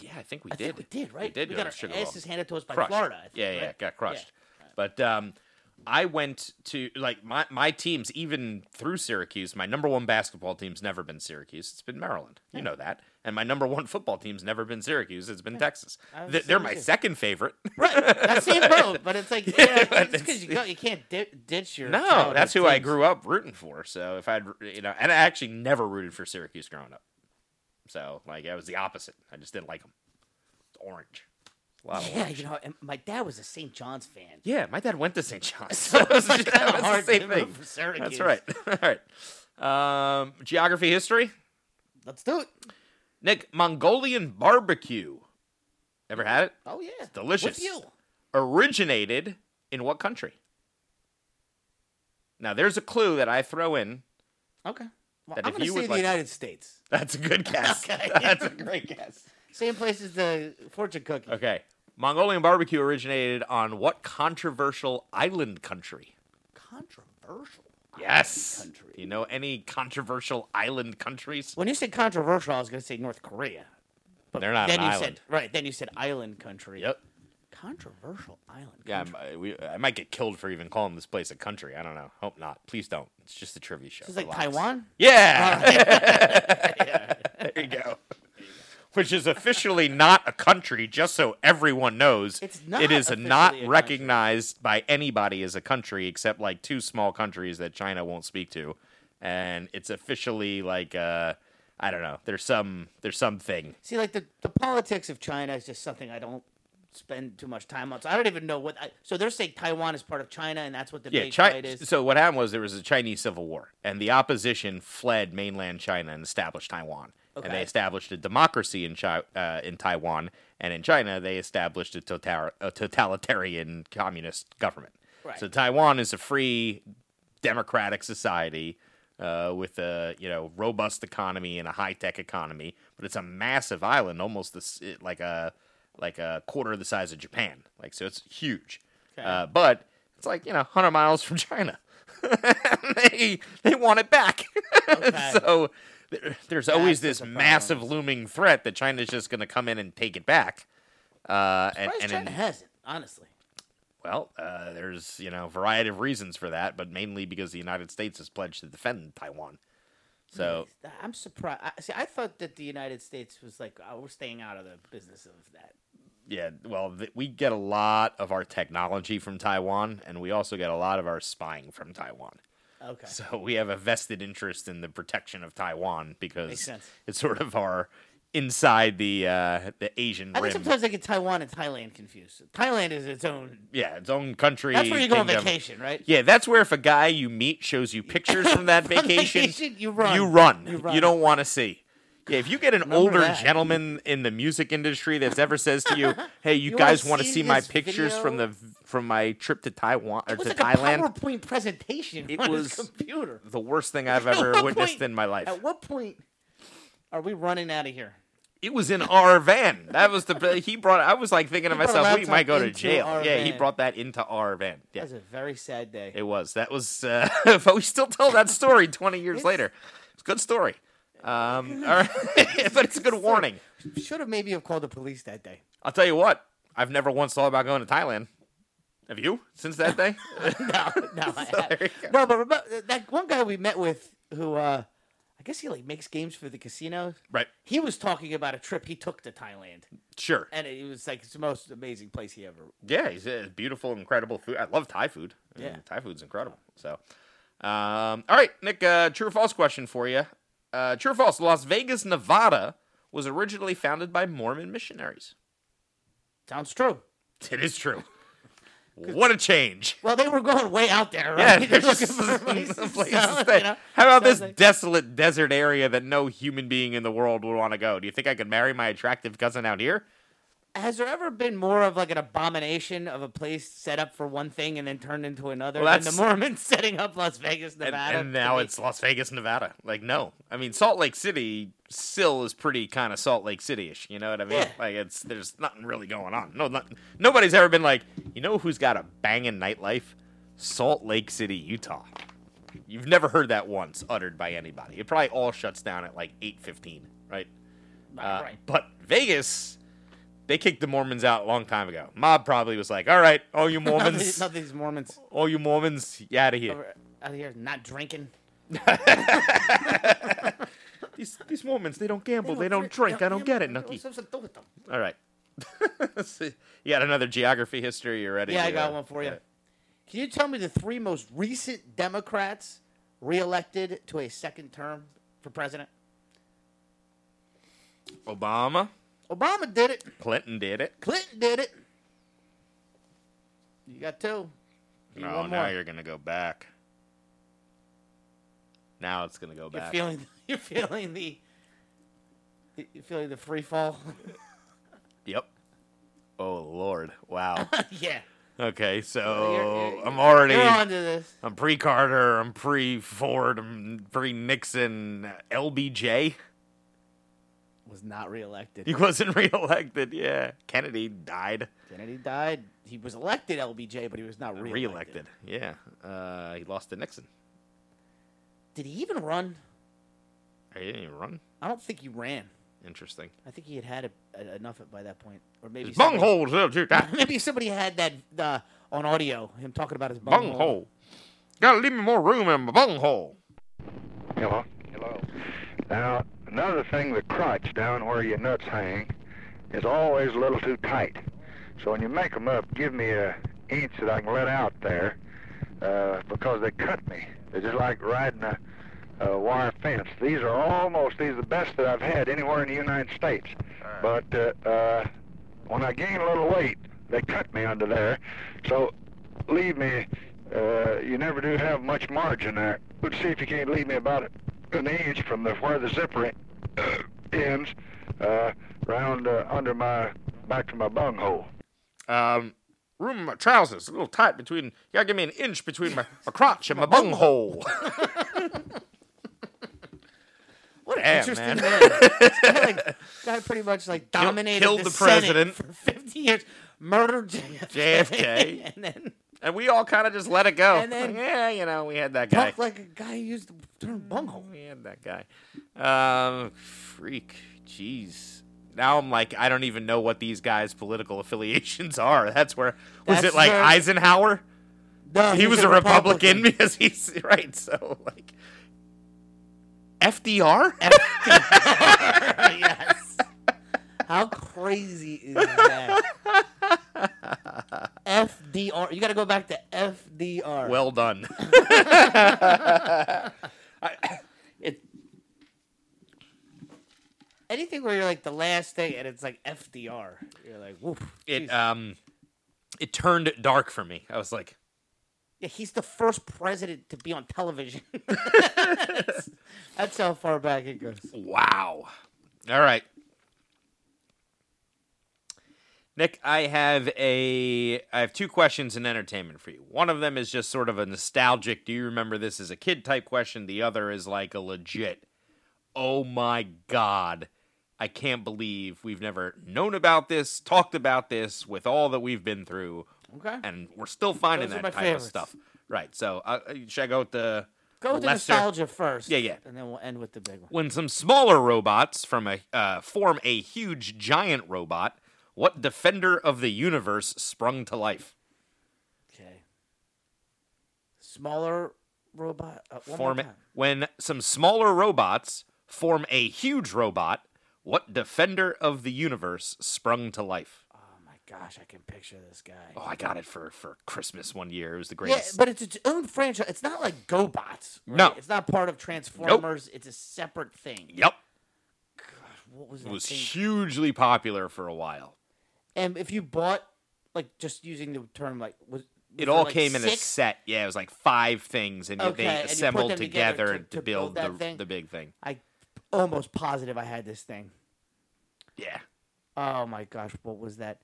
Speaker 5: yeah, I think we
Speaker 3: I
Speaker 5: did.
Speaker 3: think we did, right?
Speaker 5: We did.
Speaker 3: We
Speaker 5: go
Speaker 3: got
Speaker 5: to
Speaker 3: our
Speaker 5: the Sugar Bowl.
Speaker 3: asses handed to us by
Speaker 5: Crushed.
Speaker 3: Florida. I think,
Speaker 5: yeah, yeah,
Speaker 3: right?
Speaker 5: got crushed. But um, I went to like my my teams even through Syracuse. My number one basketball team's never been Syracuse. It's been Maryland. You know that. And my number one football team's never been Syracuse. It's been Texas.
Speaker 3: was
Speaker 5: Th-
Speaker 3: the
Speaker 5: They're
Speaker 3: same
Speaker 5: my
Speaker 3: too.
Speaker 5: second favorite.
Speaker 3: Right,
Speaker 5: (laughs)
Speaker 3: that same boat, but it's like yeah,
Speaker 5: but
Speaker 3: because you, go- you can't di- ditch your.
Speaker 5: No,
Speaker 3: childhood
Speaker 5: that's who I
Speaker 3: teams.
Speaker 5: grew up rooting for. So if I'd, you know, and I actually never rooted for Syracuse growing up. So like I was the opposite. I just didn't like them. It's orange. A lot of
Speaker 3: Yeah,
Speaker 5: orange.
Speaker 3: you know, and my dad was a St. John's fan.
Speaker 5: (laughs) Yeah, my dad went to St. John's. So it was, (laughs)
Speaker 3: like
Speaker 5: that
Speaker 3: kinda
Speaker 5: was
Speaker 3: hard
Speaker 5: the
Speaker 3: to
Speaker 5: same
Speaker 3: root
Speaker 5: thing.
Speaker 3: for Syracuse.
Speaker 5: That's right. (laughs) All right. Um, geography, history.
Speaker 3: Let's do it.
Speaker 5: Nick, Mongolian barbecue. Ever had it?
Speaker 3: Oh yeah, it's
Speaker 5: delicious.
Speaker 3: With you,
Speaker 5: originated in what country? Now there's a clue that I throw in.
Speaker 3: okay? Well,
Speaker 5: That
Speaker 3: I'm
Speaker 5: if
Speaker 3: gonna
Speaker 5: you
Speaker 3: say
Speaker 5: would
Speaker 3: the
Speaker 5: like-
Speaker 3: United States,
Speaker 5: That's a good guess. (laughs)
Speaker 3: Okay.
Speaker 5: That's
Speaker 3: (laughs)
Speaker 5: a great guess. Uh,
Speaker 3: same place as the fortune cookie.
Speaker 5: Okay. Mongolian barbecue originated on what controversial island country?
Speaker 3: Controversial.
Speaker 5: Yes.
Speaker 3: country.
Speaker 5: Do you know any controversial island countries?
Speaker 3: When you said controversial, I was going to say North Korea. But
Speaker 5: They're not
Speaker 3: then
Speaker 5: an
Speaker 3: you
Speaker 5: island.
Speaker 3: Said, right. Then you said island country. Controversial island.
Speaker 5: Yeah,
Speaker 3: Country.
Speaker 5: I, we, I might get killed for even calling this place a country. I don't know. Hope not. Please don't. It's just a trivia show.
Speaker 3: It's like
Speaker 5: Relax.
Speaker 3: Taiwan.
Speaker 5: (laughs) Yeah. there you go. Which is officially not a country, just so everyone knows.
Speaker 3: It's not
Speaker 5: It is
Speaker 3: officially
Speaker 5: not
Speaker 3: a country.
Speaker 5: recognized by anybody as a country except like two small countries that China won't speak to, and it's officially like uh, I don't know. There's some there's something.
Speaker 3: See, like the, the politics of China is just something I don't spend too much time on. So I don't even know what. I, so they're saying Taiwan is part of China, and that's what the
Speaker 5: Yeah,
Speaker 3: big
Speaker 5: Chi-
Speaker 3: fight is.
Speaker 5: so what happened was there was a Chinese civil war, and the opposition fled mainland China and established Taiwan. And they
Speaker 3: Okay.
Speaker 5: established a democracy in Chi- uh, in Taiwan, and in China they established a, totar- a totalitarian communist government.
Speaker 3: Right.
Speaker 5: So Taiwan is a free, democratic society uh, with a you know robust economy and a high tech economy, but it's a massive island, almost this, like a like a quarter of the size of Japan. Like so, it's huge. Uh, but it's like you know, hundred miles from China. (laughs) they they want it back. (laughs) so there, there's always
Speaker 3: That's
Speaker 5: this
Speaker 3: what the problem
Speaker 5: massive looming threat that China's just going to come in and take it back. Uh, and,
Speaker 3: Surprised
Speaker 5: and
Speaker 3: China
Speaker 5: in-
Speaker 3: hasn't, honestly.
Speaker 5: well, uh, there's you know a variety of reasons for that, but mainly because the United States has pledged to defend Taiwan. So
Speaker 3: I'm surprised. I, see, I thought that the United States was like, oh, we're staying out of the business of that.
Speaker 5: yeah, well, th- we get a lot of our technology from Taiwan, and we also get a lot of our spying from Taiwan. (laughs)
Speaker 3: Okay.
Speaker 5: So we have a vested interest in the protection of Taiwan
Speaker 3: Makes
Speaker 5: because
Speaker 3: sense.
Speaker 5: it's sort of our inside the uh, the Asian
Speaker 3: I think
Speaker 5: rim.
Speaker 3: sometimes I get Taiwan and Thailand confused. Thailand is its own.
Speaker 5: Yeah, its own country.
Speaker 3: That's where you go on
Speaker 5: kingdom.
Speaker 3: vacation, right?
Speaker 5: Yeah, that's where if a guy you meet shows you pictures from
Speaker 3: (laughs)
Speaker 5: that vacation,
Speaker 3: vacation, you run.
Speaker 5: You run. You,
Speaker 3: You run.
Speaker 5: don't want to see. Yeah, if you get an older
Speaker 3: that.
Speaker 5: gentleman in the music industry that's ever says to
Speaker 3: (laughs)
Speaker 5: you, "Hey, you,
Speaker 3: You wanna
Speaker 5: guys want to
Speaker 3: see
Speaker 5: see my
Speaker 3: this
Speaker 5: pictures from the
Speaker 3: video?
Speaker 5: from my trip to Taiwan or
Speaker 3: It was
Speaker 5: to
Speaker 3: like
Speaker 5: Thailand,"
Speaker 3: a PowerPoint presentation
Speaker 5: It
Speaker 3: on
Speaker 5: was-
Speaker 3: his computer.
Speaker 5: the worst thing I've
Speaker 3: (laughs) At
Speaker 5: ever
Speaker 3: what
Speaker 5: witnessed
Speaker 3: point-
Speaker 5: in my life.
Speaker 3: At what point are we running out of here?
Speaker 5: It was in our van. That was the he brought. I was like thinking to
Speaker 3: He brought a
Speaker 5: myself, we
Speaker 3: laptop
Speaker 5: might go to
Speaker 3: into
Speaker 5: jail.
Speaker 3: our
Speaker 5: yeah, he
Speaker 3: van.
Speaker 5: brought that into our van. Yeah,
Speaker 3: That was a very sad day.
Speaker 5: it was. That was. Uh, (laughs) but we still tell that story 20 years later. It's a good story.
Speaker 3: (laughs)
Speaker 5: Um, all right. (laughs) but it's a good warning.
Speaker 3: Should have maybe have called the police
Speaker 5: (laughs)
Speaker 3: that day.
Speaker 5: I'll tell you what. I've never once thought about going to Thailand. Have you since that day?
Speaker 3: (laughs) No, no,
Speaker 5: (laughs)
Speaker 3: I
Speaker 5: there you
Speaker 3: haven't. (laughs) no. But remember, uh, that one guy we met with, who uh, I guess he like makes games for the casinos.
Speaker 5: right.
Speaker 3: He was talking about a trip he took to Thailand,
Speaker 5: Sure.
Speaker 3: and it was like it's the most amazing place he ever.
Speaker 5: Yeah, he's uh, beautiful, incredible food. I love Thai food. I mean,
Speaker 3: Yeah.
Speaker 5: Thai food's incredible. So, um, all right, Nick, uh, true or false question for you. Uh, true or false? Las Vegas, Nevada was originally founded by Mormon missionaries.
Speaker 3: Sounds true.
Speaker 5: (laughs) It is true. what a change.
Speaker 3: Well, they were going way out there,
Speaker 5: (laughs) Yeah, (laughs)
Speaker 3: (laughs) right?
Speaker 5: there's
Speaker 3: Looking
Speaker 5: just
Speaker 3: for
Speaker 5: (laughs) places
Speaker 3: places,
Speaker 5: to
Speaker 3: so,
Speaker 5: stay.
Speaker 3: you know,
Speaker 5: How about this
Speaker 3: sounds like-
Speaker 5: desolate desert area that no human being in the world would want to go? Do you think I could marry my attractive cousin out here?
Speaker 3: Has there ever been more of like an abomination of a place set up for one thing and then turned into another
Speaker 5: Well,
Speaker 3: than the
Speaker 5: that's-
Speaker 3: Mormons (laughs) setting up Las Vegas,
Speaker 5: and,
Speaker 3: Nevada?
Speaker 5: and
Speaker 3: to
Speaker 5: now
Speaker 3: me?
Speaker 5: it's Las Vegas, Nevada. Like, no, I mean Salt Lake City still is pretty kind of Salt Lake City-ish. You know what I mean?
Speaker 3: Yeah.
Speaker 5: Like, it's there's nothing really going on. No, not, nobody's ever been like, you know, who's got a banging nightlife? Salt Lake City, Utah. You've never heard that once uttered by anybody. It probably all shuts down at like eight fifteen, right? Uh,
Speaker 3: right.
Speaker 5: But Vegas, they kicked the Mormons out a long time ago. Mob probably was like, all right, all
Speaker 3: (laughs)
Speaker 5: you
Speaker 3: None of these-
Speaker 5: Mormons,
Speaker 3: none of these Mormons
Speaker 5: all you Mormons, you out of here.
Speaker 3: are out here not drinking.
Speaker 5: These these Mormons, they don't gamble, they don't, drink. I don't get it, Nucky.
Speaker 3: What's it do with them?
Speaker 5: All right. (laughs) Let's see. you got another geography history? You ready?
Speaker 3: Yeah, I
Speaker 5: to,
Speaker 3: got
Speaker 5: uh,
Speaker 3: one for you.
Speaker 5: uh,
Speaker 3: Can you tell me the three most recent Democrats reelected to a second term for president?
Speaker 5: Obama,
Speaker 3: Obama did it.
Speaker 5: Clinton did it.
Speaker 3: Clinton did it. You got two. Give me
Speaker 5: No,
Speaker 3: one
Speaker 5: Oh, now
Speaker 3: more.
Speaker 5: you're gonna go back. Now it's gonna go
Speaker 3: You're
Speaker 5: back.
Speaker 3: feeling. (laughs) You're feeling the. You're feeling the free fall. (laughs)
Speaker 5: yep. Oh Lord!
Speaker 3: (laughs)
Speaker 5: Wow.
Speaker 3: yeah.
Speaker 5: okay, so
Speaker 3: you're- you're-
Speaker 5: I'm already.
Speaker 3: You're on to this.
Speaker 5: I'm pre Carter. I'm pre Ford. I'm pre Nixon. LBJ.
Speaker 3: Was not
Speaker 5: (laughs)
Speaker 3: reelected.
Speaker 5: He wasn't (laughs) reelected. Yeah. Kennedy died.
Speaker 3: Kennedy died. He was elected LBJ, but he was not reelected.
Speaker 5: reelected. Yeah, uh, he lost to Nixon.
Speaker 3: Did he even run?
Speaker 5: He didn't even run.
Speaker 3: I don't think he ran.
Speaker 5: Interesting.
Speaker 3: I think he had had a, a, enough by that point, or maybe
Speaker 5: His
Speaker 3: somebody-
Speaker 5: bunghole. Bunghole.
Speaker 3: Maybe somebody (laughs) had that uh, on audio. Him talking about his bunghole.
Speaker 5: Gotta leave me more room in my bunghole.
Speaker 2: Hello. Hello. Now, another thing, the crotch down where your nuts hang is always a little too tight. So when you make 'em up, give me a inch that I can let out there, uh, because they cut me. They're just like riding a, a wire fence. These are almost these are the best that I've had anywhere in the United States. But uh, uh, when I gain a little weight, they cut me under there. So leave me. Uh, you never do have much margin there. Let's see if you can't leave me about an inch from the where the zipper (coughs) uh, ends, uh, round uh, under my back to my bunghole.
Speaker 5: Um, room in my trousers. A little tight between. You gotta give me an inch between my, my crotch
Speaker 3: (laughs)
Speaker 5: and my bunghole.
Speaker 3: What an
Speaker 5: Damn,
Speaker 3: interesting
Speaker 5: man.
Speaker 3: man! This guy, like,
Speaker 5: (laughs)
Speaker 3: guy pretty much like dominated,
Speaker 5: killed
Speaker 3: the,
Speaker 5: the
Speaker 3: Senate
Speaker 5: president.
Speaker 3: for fifty years, murdered JFK,
Speaker 5: JFK.
Speaker 3: (laughs) and then
Speaker 5: and we all kind of just let it go.
Speaker 3: And then-
Speaker 5: Like, (laughs) yeah, you know, we had that guy.
Speaker 3: talked like a guy who used the term bunghole.
Speaker 5: We had Oh, that guy. Um, freak. Jeez. Now I'm like, I don't even know what these guys' political (laughs) affiliations are. That's where was
Speaker 3: That's
Speaker 5: it like
Speaker 3: where-
Speaker 5: Eisenhower?
Speaker 3: No,
Speaker 5: He
Speaker 3: he's
Speaker 5: was a Republican, (laughs) because he's right. So like, FDR. (laughs)
Speaker 3: (laughs) yes. How crazy is that?
Speaker 5: (laughs)
Speaker 3: FDR. You got to go back to FDR.
Speaker 5: well done. I- it,
Speaker 3: anything where you're like the last thing and it's like FDR, you're like, whoop.
Speaker 5: it
Speaker 3: jeez.
Speaker 5: um, it turned dark for me. I was like,
Speaker 3: Yeah, he's the first president to be on
Speaker 5: (laughs)
Speaker 3: television. (laughs) That's how far back it goes.
Speaker 5: Wow. All right. Nick, I have a I have two questions in entertainment for you. One of them is just sort of a nostalgic, do you remember this as a kid type question? The other is like a legit, oh my god, I can't believe we've never known about this, talked about this with all that we've been through,
Speaker 3: Okay.
Speaker 5: and we're still finding
Speaker 3: Those are
Speaker 5: that type
Speaker 3: my
Speaker 5: of
Speaker 3: favorites.
Speaker 5: stuff. Right. So, uh, should I go with the
Speaker 3: Go with the
Speaker 5: lesser-
Speaker 3: nostalgia first.
Speaker 5: Yeah, yeah.
Speaker 3: And then we'll end with the big one.
Speaker 5: When some smaller robots from a uh, form a huge giant robot, what defender of the universe sprung to life?
Speaker 3: Okay. Smaller robot. Uh, one more
Speaker 5: Form
Speaker 3: time.
Speaker 5: when some smaller robots form a huge robot, what defender of the universe sprung to life?
Speaker 3: Oh my gosh, I can picture this guy.
Speaker 5: Oh, I got it for for Christmas one year. It was the
Speaker 3: yeah,
Speaker 5: greatest.
Speaker 3: but it's its own franchise. It's not like GoBots. right?
Speaker 5: No.
Speaker 3: It's not part of Transformers. It's a separate thing.
Speaker 5: yep,
Speaker 3: What was
Speaker 5: it
Speaker 3: that
Speaker 5: was
Speaker 3: thing?
Speaker 5: hugely popular for a while.
Speaker 3: and if you bought, like, just using the term, like, was, was
Speaker 5: It
Speaker 3: there,
Speaker 5: all
Speaker 3: like,
Speaker 5: came in a
Speaker 3: six?
Speaker 5: set. Yeah, it was like five things, and you-
Speaker 3: Okay,
Speaker 5: they
Speaker 3: and you put
Speaker 5: assembled
Speaker 3: them together
Speaker 5: together,
Speaker 3: to-
Speaker 5: and to,
Speaker 3: to
Speaker 5: build,
Speaker 3: build that
Speaker 5: the,
Speaker 3: thing?
Speaker 5: the big thing.
Speaker 3: I almost positive I had this thing.
Speaker 5: Yeah.
Speaker 3: Oh my gosh, what was that?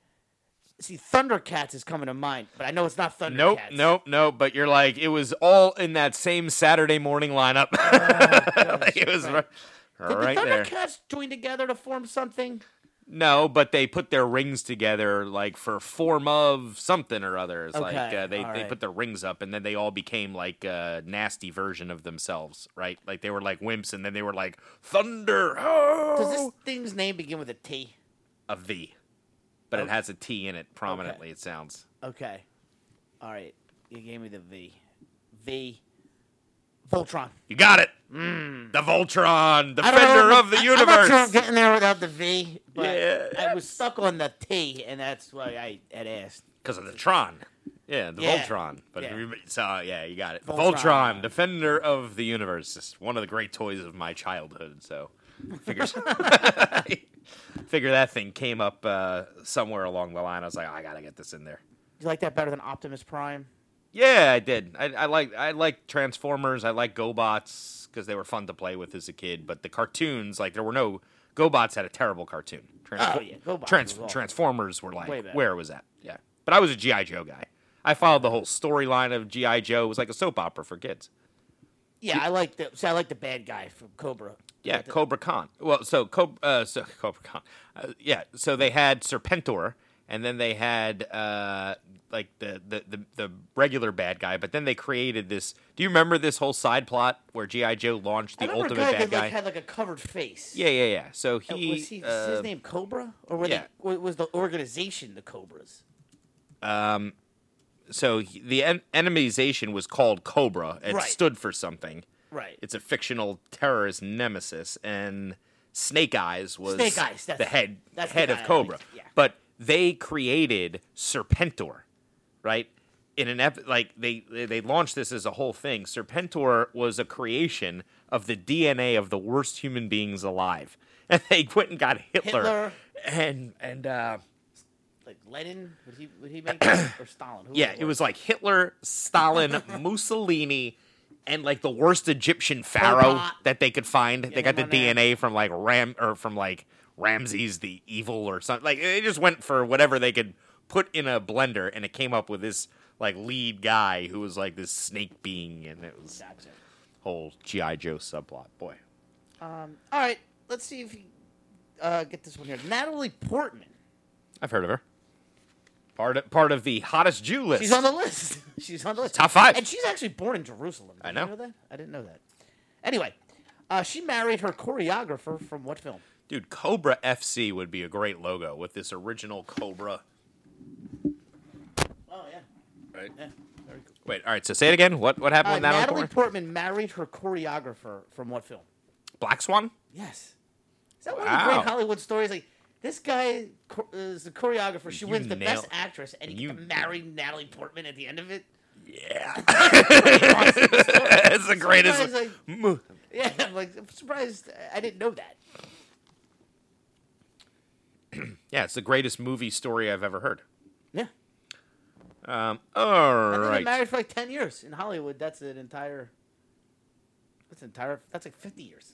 Speaker 3: See, Thundercats is coming to mind, but I know it's not Thundercats.
Speaker 5: Nope, nope, nope. But you're like, it was all in that same Saturday morning lineup.
Speaker 3: Oh,
Speaker 5: (laughs) Like, it was right,
Speaker 3: Did
Speaker 5: right
Speaker 3: the
Speaker 5: there.
Speaker 3: Thundercats join together to form something?
Speaker 5: No, but they put their rings together like for form of something or other. It's like
Speaker 3: Okay,
Speaker 5: uh, they,
Speaker 3: all
Speaker 5: they
Speaker 3: right.
Speaker 5: put their rings up and then they all became like a nasty version of themselves, right? Like they were like wimps and then they were like thunder. Oh!
Speaker 3: Does this thing's name begin with a T?
Speaker 5: a V, but it has a T in it prominently. It sounds
Speaker 3: Okay. All right. You gave me the V. V. Voltron.
Speaker 5: you got it. The Voltron,
Speaker 3: Hmm. I don't know
Speaker 5: defender
Speaker 3: if-
Speaker 5: of the
Speaker 3: I-
Speaker 5: universe.
Speaker 3: I'm not sure I'm getting there without the V, but
Speaker 5: Yeah.
Speaker 3: I was stuck on the T, and that's why I had asked.
Speaker 5: Because of the Tron. Yeah, the
Speaker 3: Yeah.
Speaker 5: Voltron. But
Speaker 3: Yeah.
Speaker 5: remember- so yeah, you got it. Voltron.
Speaker 3: Voltron.
Speaker 5: Defender of the Universe, just one of the great toys of my childhood. So
Speaker 3: (laughs)
Speaker 5: figures. (laughs) Figure that thing came up uh, somewhere along the line. I was like, I gotta get this in there.
Speaker 3: You like that better than Optimus Prime?
Speaker 5: Yeah, I did. I, I like I like Transformers. I like GoBots because they were fun to play with as a kid. But the cartoons, like there were no GoBots had a terrible cartoon. Transfor-
Speaker 3: Oh, yeah, GoBots
Speaker 5: Trans-
Speaker 3: was awful.
Speaker 5: Transformers were like
Speaker 3: Way better.
Speaker 5: where was that? Yeah, but I was a GI Joe guy. I followed the whole storyline of GI Joe. It was like a soap opera for kids.
Speaker 3: Yeah, I like the. See, I like the bad guy from Cobra.
Speaker 5: Yeah, Cobra Khan. Well, so Cobra, uh, so (laughs) Cobra Khan. Uh, yeah, so they had Serpentor, and then they had uh, like the, the the the regular bad guy. But then they created this. Do you remember this whole side plot where GI Joe launched
Speaker 3: I
Speaker 5: the
Speaker 3: remember
Speaker 5: ultimate
Speaker 3: a guy
Speaker 5: bad
Speaker 3: that
Speaker 5: guy?
Speaker 3: like, had like a covered face.
Speaker 5: yeah, yeah, yeah. So
Speaker 3: Uh,
Speaker 5: he,
Speaker 3: was he, is
Speaker 5: uh,
Speaker 3: his name Cobra, or were
Speaker 5: yeah.
Speaker 3: they, wa- was the organization the Cobras?
Speaker 5: so he, the en- enemization was called Cobra. It
Speaker 3: Right.
Speaker 5: stood for something.
Speaker 3: Right.
Speaker 5: It's a fictional terrorist nemesis, and Snake Eyes was
Speaker 3: Snake Eyes, that's-
Speaker 5: the head
Speaker 3: that's the
Speaker 5: head
Speaker 3: guy
Speaker 5: of
Speaker 3: I
Speaker 5: Cobra.
Speaker 3: liked, yeah.
Speaker 5: But they created Serpentor, right? In an ep- like they they they launched this as a whole thing. Serpentor was a creation of the DNA of the worst human beings alive, (laughs) and they went and got Hitler,
Speaker 3: Hitler.
Speaker 5: and and. uh
Speaker 3: like Lenin? Would he
Speaker 5: (clears throat)
Speaker 3: would he make that? or Stalin? Who
Speaker 5: yeah, it was like Hitler,
Speaker 3: (laughs)
Speaker 5: Stalin, Mussolini, and like the worst Egyptian pharaoh
Speaker 3: Pot.
Speaker 5: that they could find. they got the
Speaker 3: them on there.
Speaker 5: DNA from like Ram or from like Ramses the Evil or something. Like they just went for whatever they could put in a blender, and it came up with this like lead guy who was like this snake being, and it was
Speaker 3: Gotcha.
Speaker 5: whole GI Joe subplot. Boy,
Speaker 3: All right, let's see if you uh, get this one here. Natalie Portman.
Speaker 5: I've heard of her. Part of, part of the hottest Jew list.
Speaker 3: She's on the list. (laughs) she's on the list.
Speaker 5: Top five.
Speaker 3: And she's actually born in Jerusalem. Did
Speaker 5: I
Speaker 3: you
Speaker 5: know.
Speaker 3: that? I didn't know that. Anyway, uh, she married her choreographer from what film?
Speaker 5: Dude, Cobra FC would be a great logo with this original Cobra.
Speaker 3: Oh yeah.
Speaker 5: Right.
Speaker 3: Yeah. Very cool.
Speaker 5: Wait, all right. So say it again. What what happened
Speaker 3: Uh,
Speaker 5: with Natalie,
Speaker 3: Natalie
Speaker 5: Portman?
Speaker 3: Portman married her choreographer from what film?
Speaker 5: Black Swan? (laughs)
Speaker 3: Yes. Is that one of the
Speaker 5: Wow.
Speaker 3: great Hollywood stories? Like this guy cho- is the choreographer. She
Speaker 5: You
Speaker 3: wins the
Speaker 5: nail-
Speaker 3: best actress, and he
Speaker 5: you-
Speaker 3: married Natalie Portman at the end
Speaker 5: (laughs)
Speaker 3: of it.
Speaker 5: Yeah,
Speaker 3: Awesome story.
Speaker 5: it's the greatest.
Speaker 3: Sometimes, like,
Speaker 5: mo-
Speaker 3: yeah, I'm like I'm surprised I didn't know that.
Speaker 5: yeah, it's the greatest movie story I've ever heard.
Speaker 3: Yeah.
Speaker 5: Um, all
Speaker 3: They've been
Speaker 5: right.
Speaker 3: married for like ten years in Hollywood. That's an entire. That's an entire. That's like fifty years.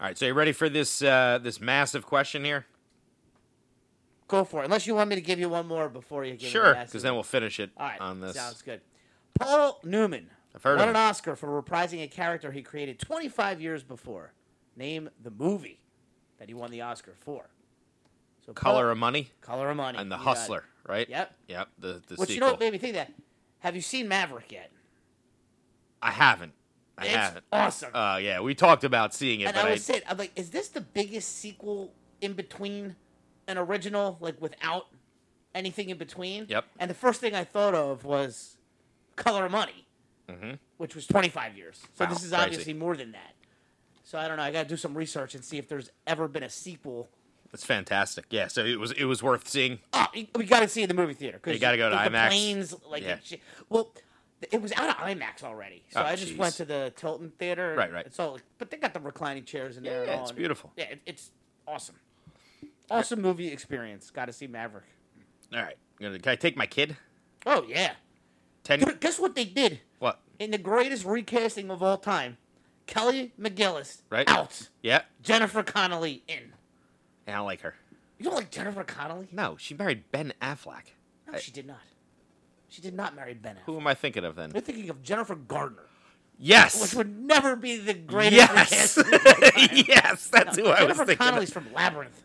Speaker 5: All right. So you ready for this uh, this massive question here?
Speaker 3: Go for it. Unless you want me to give you one more before you give
Speaker 5: Sure,
Speaker 3: me the
Speaker 5: because then we'll finish it
Speaker 3: All right,
Speaker 5: on this.
Speaker 3: sounds good. Paul Newman
Speaker 5: I've heard of
Speaker 3: won
Speaker 5: him.
Speaker 3: an Oscar for reprising a character he created 25 years before. Name the movie. that he won the Oscar for. So
Speaker 5: Color
Speaker 3: Pearl-
Speaker 5: of Money
Speaker 3: Color of Money
Speaker 5: and The
Speaker 3: you got it.
Speaker 5: Hustler, right?
Speaker 3: Yep.
Speaker 5: Yep. The the
Speaker 3: Which you
Speaker 5: sequel.
Speaker 3: know what made me think that? Have you seen Maverick yet?
Speaker 5: I haven't. I
Speaker 3: It's
Speaker 5: haven't.
Speaker 3: awesome.
Speaker 5: Uh, yeah, we talked about seeing it,
Speaker 3: and
Speaker 5: but
Speaker 3: I
Speaker 5: I,
Speaker 3: was saying, I'm like, is this the biggest sequel in between an original, like without anything in between?
Speaker 5: Yep.
Speaker 3: And the first thing I thought of was Color of Money, which was 25 years.
Speaker 5: Mm-hmm.
Speaker 3: So
Speaker 5: Wow,
Speaker 3: this is
Speaker 5: crazy.
Speaker 3: obviously more than that. So I don't know. I got to do some research and see if there's ever been a sequel.
Speaker 5: it's fantastic. Yeah, so it was it was worth seeing.
Speaker 3: Oh, you- we got to see it in the movie theater. 'cause
Speaker 5: You gotta go to
Speaker 3: the- the
Speaker 5: IMAX.
Speaker 3: Planes, like,
Speaker 5: Yeah.
Speaker 3: it- well, th- it was out of IMAX already, so
Speaker 5: Oh,
Speaker 3: I just
Speaker 5: jeez.
Speaker 3: went to the Tilton Theater. and
Speaker 5: Right, right.
Speaker 3: It's all, like, but they got the reclining chairs in there. and
Speaker 5: Yeah,
Speaker 3: all,
Speaker 5: it's
Speaker 3: and-
Speaker 5: beautiful.
Speaker 3: Yeah, it, it's awesome. Awesome movie experience. Got to see Maverick.
Speaker 5: All right, gonna, can I take my kid?
Speaker 3: Oh yeah.
Speaker 5: Ten.
Speaker 3: Dude, guess what they did
Speaker 5: What?
Speaker 3: in the greatest recasting of all time? Kelly McGillis
Speaker 5: Right.
Speaker 3: out,
Speaker 5: Yeah.
Speaker 3: Jennifer Connelly in.
Speaker 5: I don't like her.
Speaker 3: You don't like Jennifer Connelly?
Speaker 5: No, she married Ben Affleck.
Speaker 3: No, she did not. She did not marry Ben. Affleck.
Speaker 5: Who am I thinking of then?
Speaker 3: You're thinking of Jennifer Gardner. which
Speaker 5: Yes.
Speaker 3: would never be the greatest.
Speaker 5: (laughs) Yes.
Speaker 3: recast.
Speaker 5: yes. That's who I was
Speaker 3: Jennifer
Speaker 5: thinking.
Speaker 3: Connelly's
Speaker 5: Of.
Speaker 3: from Labyrinth.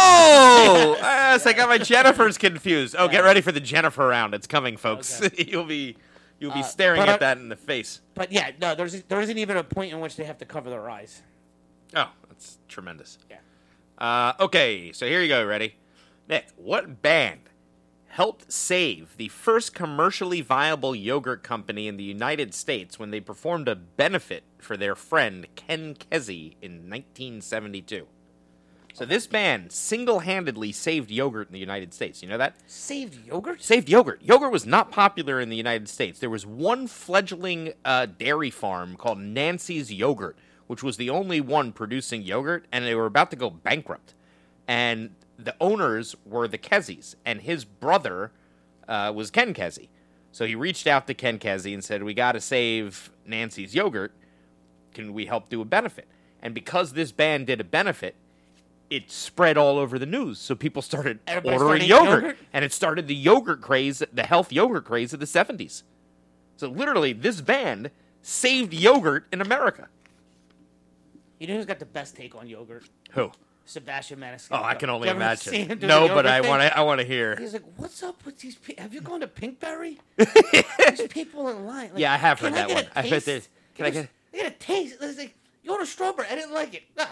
Speaker 5: Oh, yes, I got my Jennifer's confused. Oh, get
Speaker 3: Yeah.
Speaker 5: ready for the Jennifer round. It's coming, folks. (laughs) you'll be you'll be staring
Speaker 3: Uh, but
Speaker 5: at
Speaker 3: I-
Speaker 5: that in the face.
Speaker 3: But yeah, no, there's there isn't even a point in which they have to cover their eyes.
Speaker 5: Oh, that's tremendous.
Speaker 3: Yeah.
Speaker 5: Uh, okay, so here you go. Ready, Nick? What band helped save the first commercially viable yogurt company in the United States when they performed a benefit for their friend Ken Kesey in 1972? So this band single-handedly saved yogurt in the United States. You know that?
Speaker 3: Saved yogurt?
Speaker 5: saved yogurt. Yogurt was not popular in the United States. There was one fledgling uh, dairy farm called Nancy's Yogurt, which was the only one producing yogurt, and they were about to go bankrupt. And the owners were the Kezies, and his brother uh, was Ken Kesey. So he reached out to Ken Kesey and said, "We got to save Nancy's Yogurt. Can we help do a benefit?" And because this band did a benefit, it spread all over the news. So people started
Speaker 3: Everybody
Speaker 5: ordering
Speaker 3: started eating
Speaker 5: yogurt,
Speaker 3: yogurt?
Speaker 5: and it started the yogurt craze, the health yogurt craze of the 70s. So literally, this band saved yogurt in America.
Speaker 3: You know who's got the best take on yogurt?
Speaker 5: Who?
Speaker 3: Sebastian Maniscalco.
Speaker 5: Oh, I can only
Speaker 3: You ever seen
Speaker 5: imagine.
Speaker 3: him do the
Speaker 5: No, but
Speaker 3: yogurt
Speaker 5: I
Speaker 3: thing?
Speaker 5: want to. I want to hear.
Speaker 3: He's like, "What's up with these? people? Have you gone
Speaker 5: (laughs)
Speaker 3: to Pinkberry? There's people in line." Like,
Speaker 5: Yeah, I have heard
Speaker 3: "Can
Speaker 5: that
Speaker 3: get a
Speaker 5: one. I bet
Speaker 3: taste?
Speaker 5: there's- can I get-
Speaker 3: I get a taste? It's like you order strawberry. I didn't like it. Ah,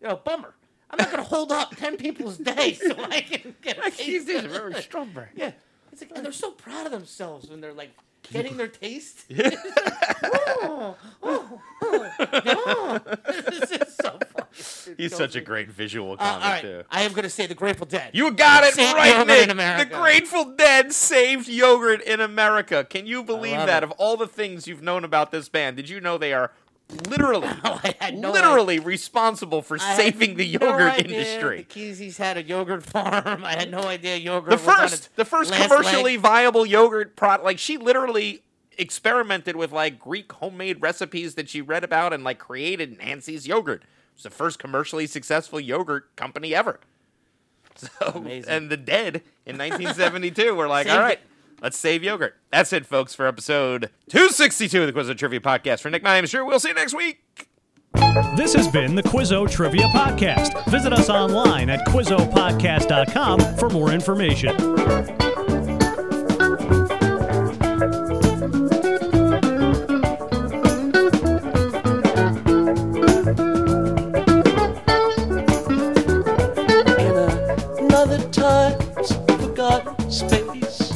Speaker 3: you know, bummer. I'm not gonna hold up ten people's day so I can get
Speaker 5: (laughs)
Speaker 3: a taste. of it.
Speaker 5: strawberry.
Speaker 3: Yeah. It's like, and they're so proud of themselves when they're like getting their
Speaker 5: (laughs)
Speaker 3: taste. (laughs) oh, oh, oh, (laughs) no. this is so funny.
Speaker 5: He's such a great visual
Speaker 3: Uh, all
Speaker 5: comic
Speaker 3: right,
Speaker 5: too.
Speaker 3: I am gonna say the Grateful Dead.
Speaker 5: You got it
Speaker 3: Saved
Speaker 5: right,
Speaker 3: yogurt
Speaker 5: Nick.
Speaker 3: in America.
Speaker 5: The Grateful Dead saved yogurt in America. Can you believe
Speaker 3: love
Speaker 5: that?
Speaker 3: it.
Speaker 5: Of all the things you've known about this band, did you know they are
Speaker 3: (laughs)
Speaker 5: literally,
Speaker 3: Oh, I had no
Speaker 5: literally responsible for
Speaker 3: I had
Speaker 5: saving the
Speaker 3: (laughs) no
Speaker 5: yogurt
Speaker 3: idea
Speaker 5: industry?
Speaker 3: The Keezy's had a yogurt farm. (laughs) I had no idea yogurt.
Speaker 5: The
Speaker 3: was on its
Speaker 5: first, the first
Speaker 3: last
Speaker 5: commercially
Speaker 3: leg.
Speaker 5: viable yogurt product. Like she literally experimented with like Greek homemade recipes that she read about and like created Nancy's yogurt. It's the first commercially successful yogurt company ever. (laughs) So
Speaker 3: Amazing.
Speaker 5: and the dead in 1972 were like,
Speaker 3: (laughs) Saved
Speaker 5: all right,
Speaker 3: it.
Speaker 5: let's save yogurt. That's it, folks, for episode 262 of the Quiz of Trivia podcast. For Nick, my name is Drew. We'll see you next week.
Speaker 4: This has been the Quizzo Trivia Podcast. Visit us online at QuizzoPodcast.com for more information.
Speaker 6: in another time's forgotten space.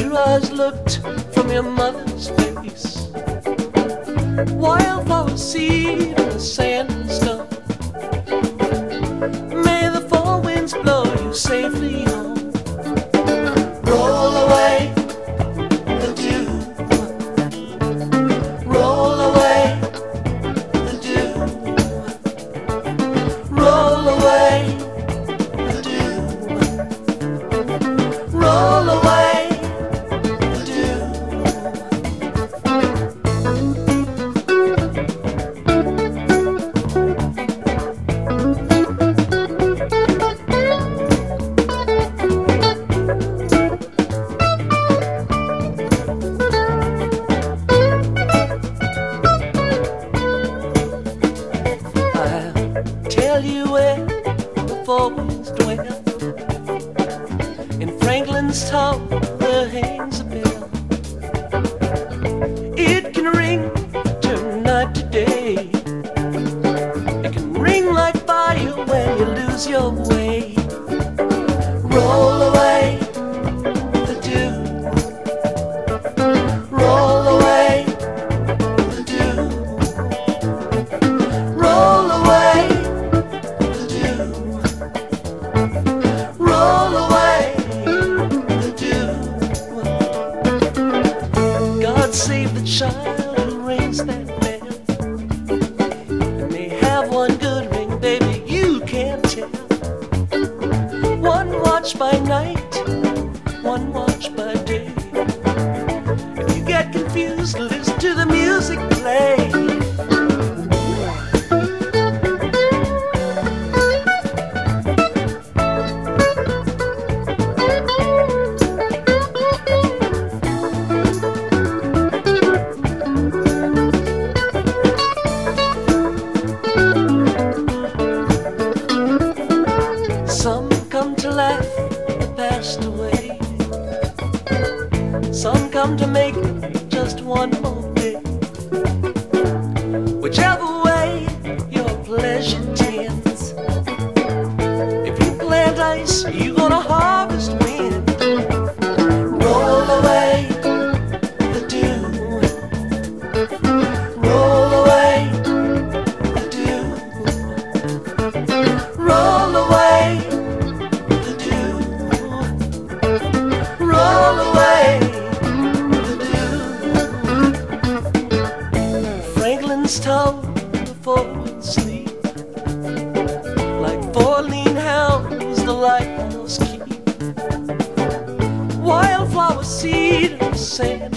Speaker 6: Your eyes looked from your mother's face. Wildflower seed in the sand and stone. May the four winds blow you safely home. Roll away the dew. Roll away the dew roll away the dew. Roll away the dew. tell you where the four winds dwell. In Franklin's tower, there hangs a bell. It can ring tonight to day. It can ring like fire when you lose your way. Roll away the dew. Roll away the dew. Roll away the dew. Roll away the dew. God save the child who raised that man. You may have one good ring, baby, you can't tell. One watch by night, one watch by day. If you get confused, listen to the music play. Some come to laugh the past away. Some come to make just one more day. Whichever way your pleasure tends. If you plant ice, you're gonna harvest wind. Roll away the dew. Roll away the dew. Roll away the dew. Roll away the dew. Franklin's town before sleep. Like four lean hounds, the lighthouse keep. Wildflower seed of sand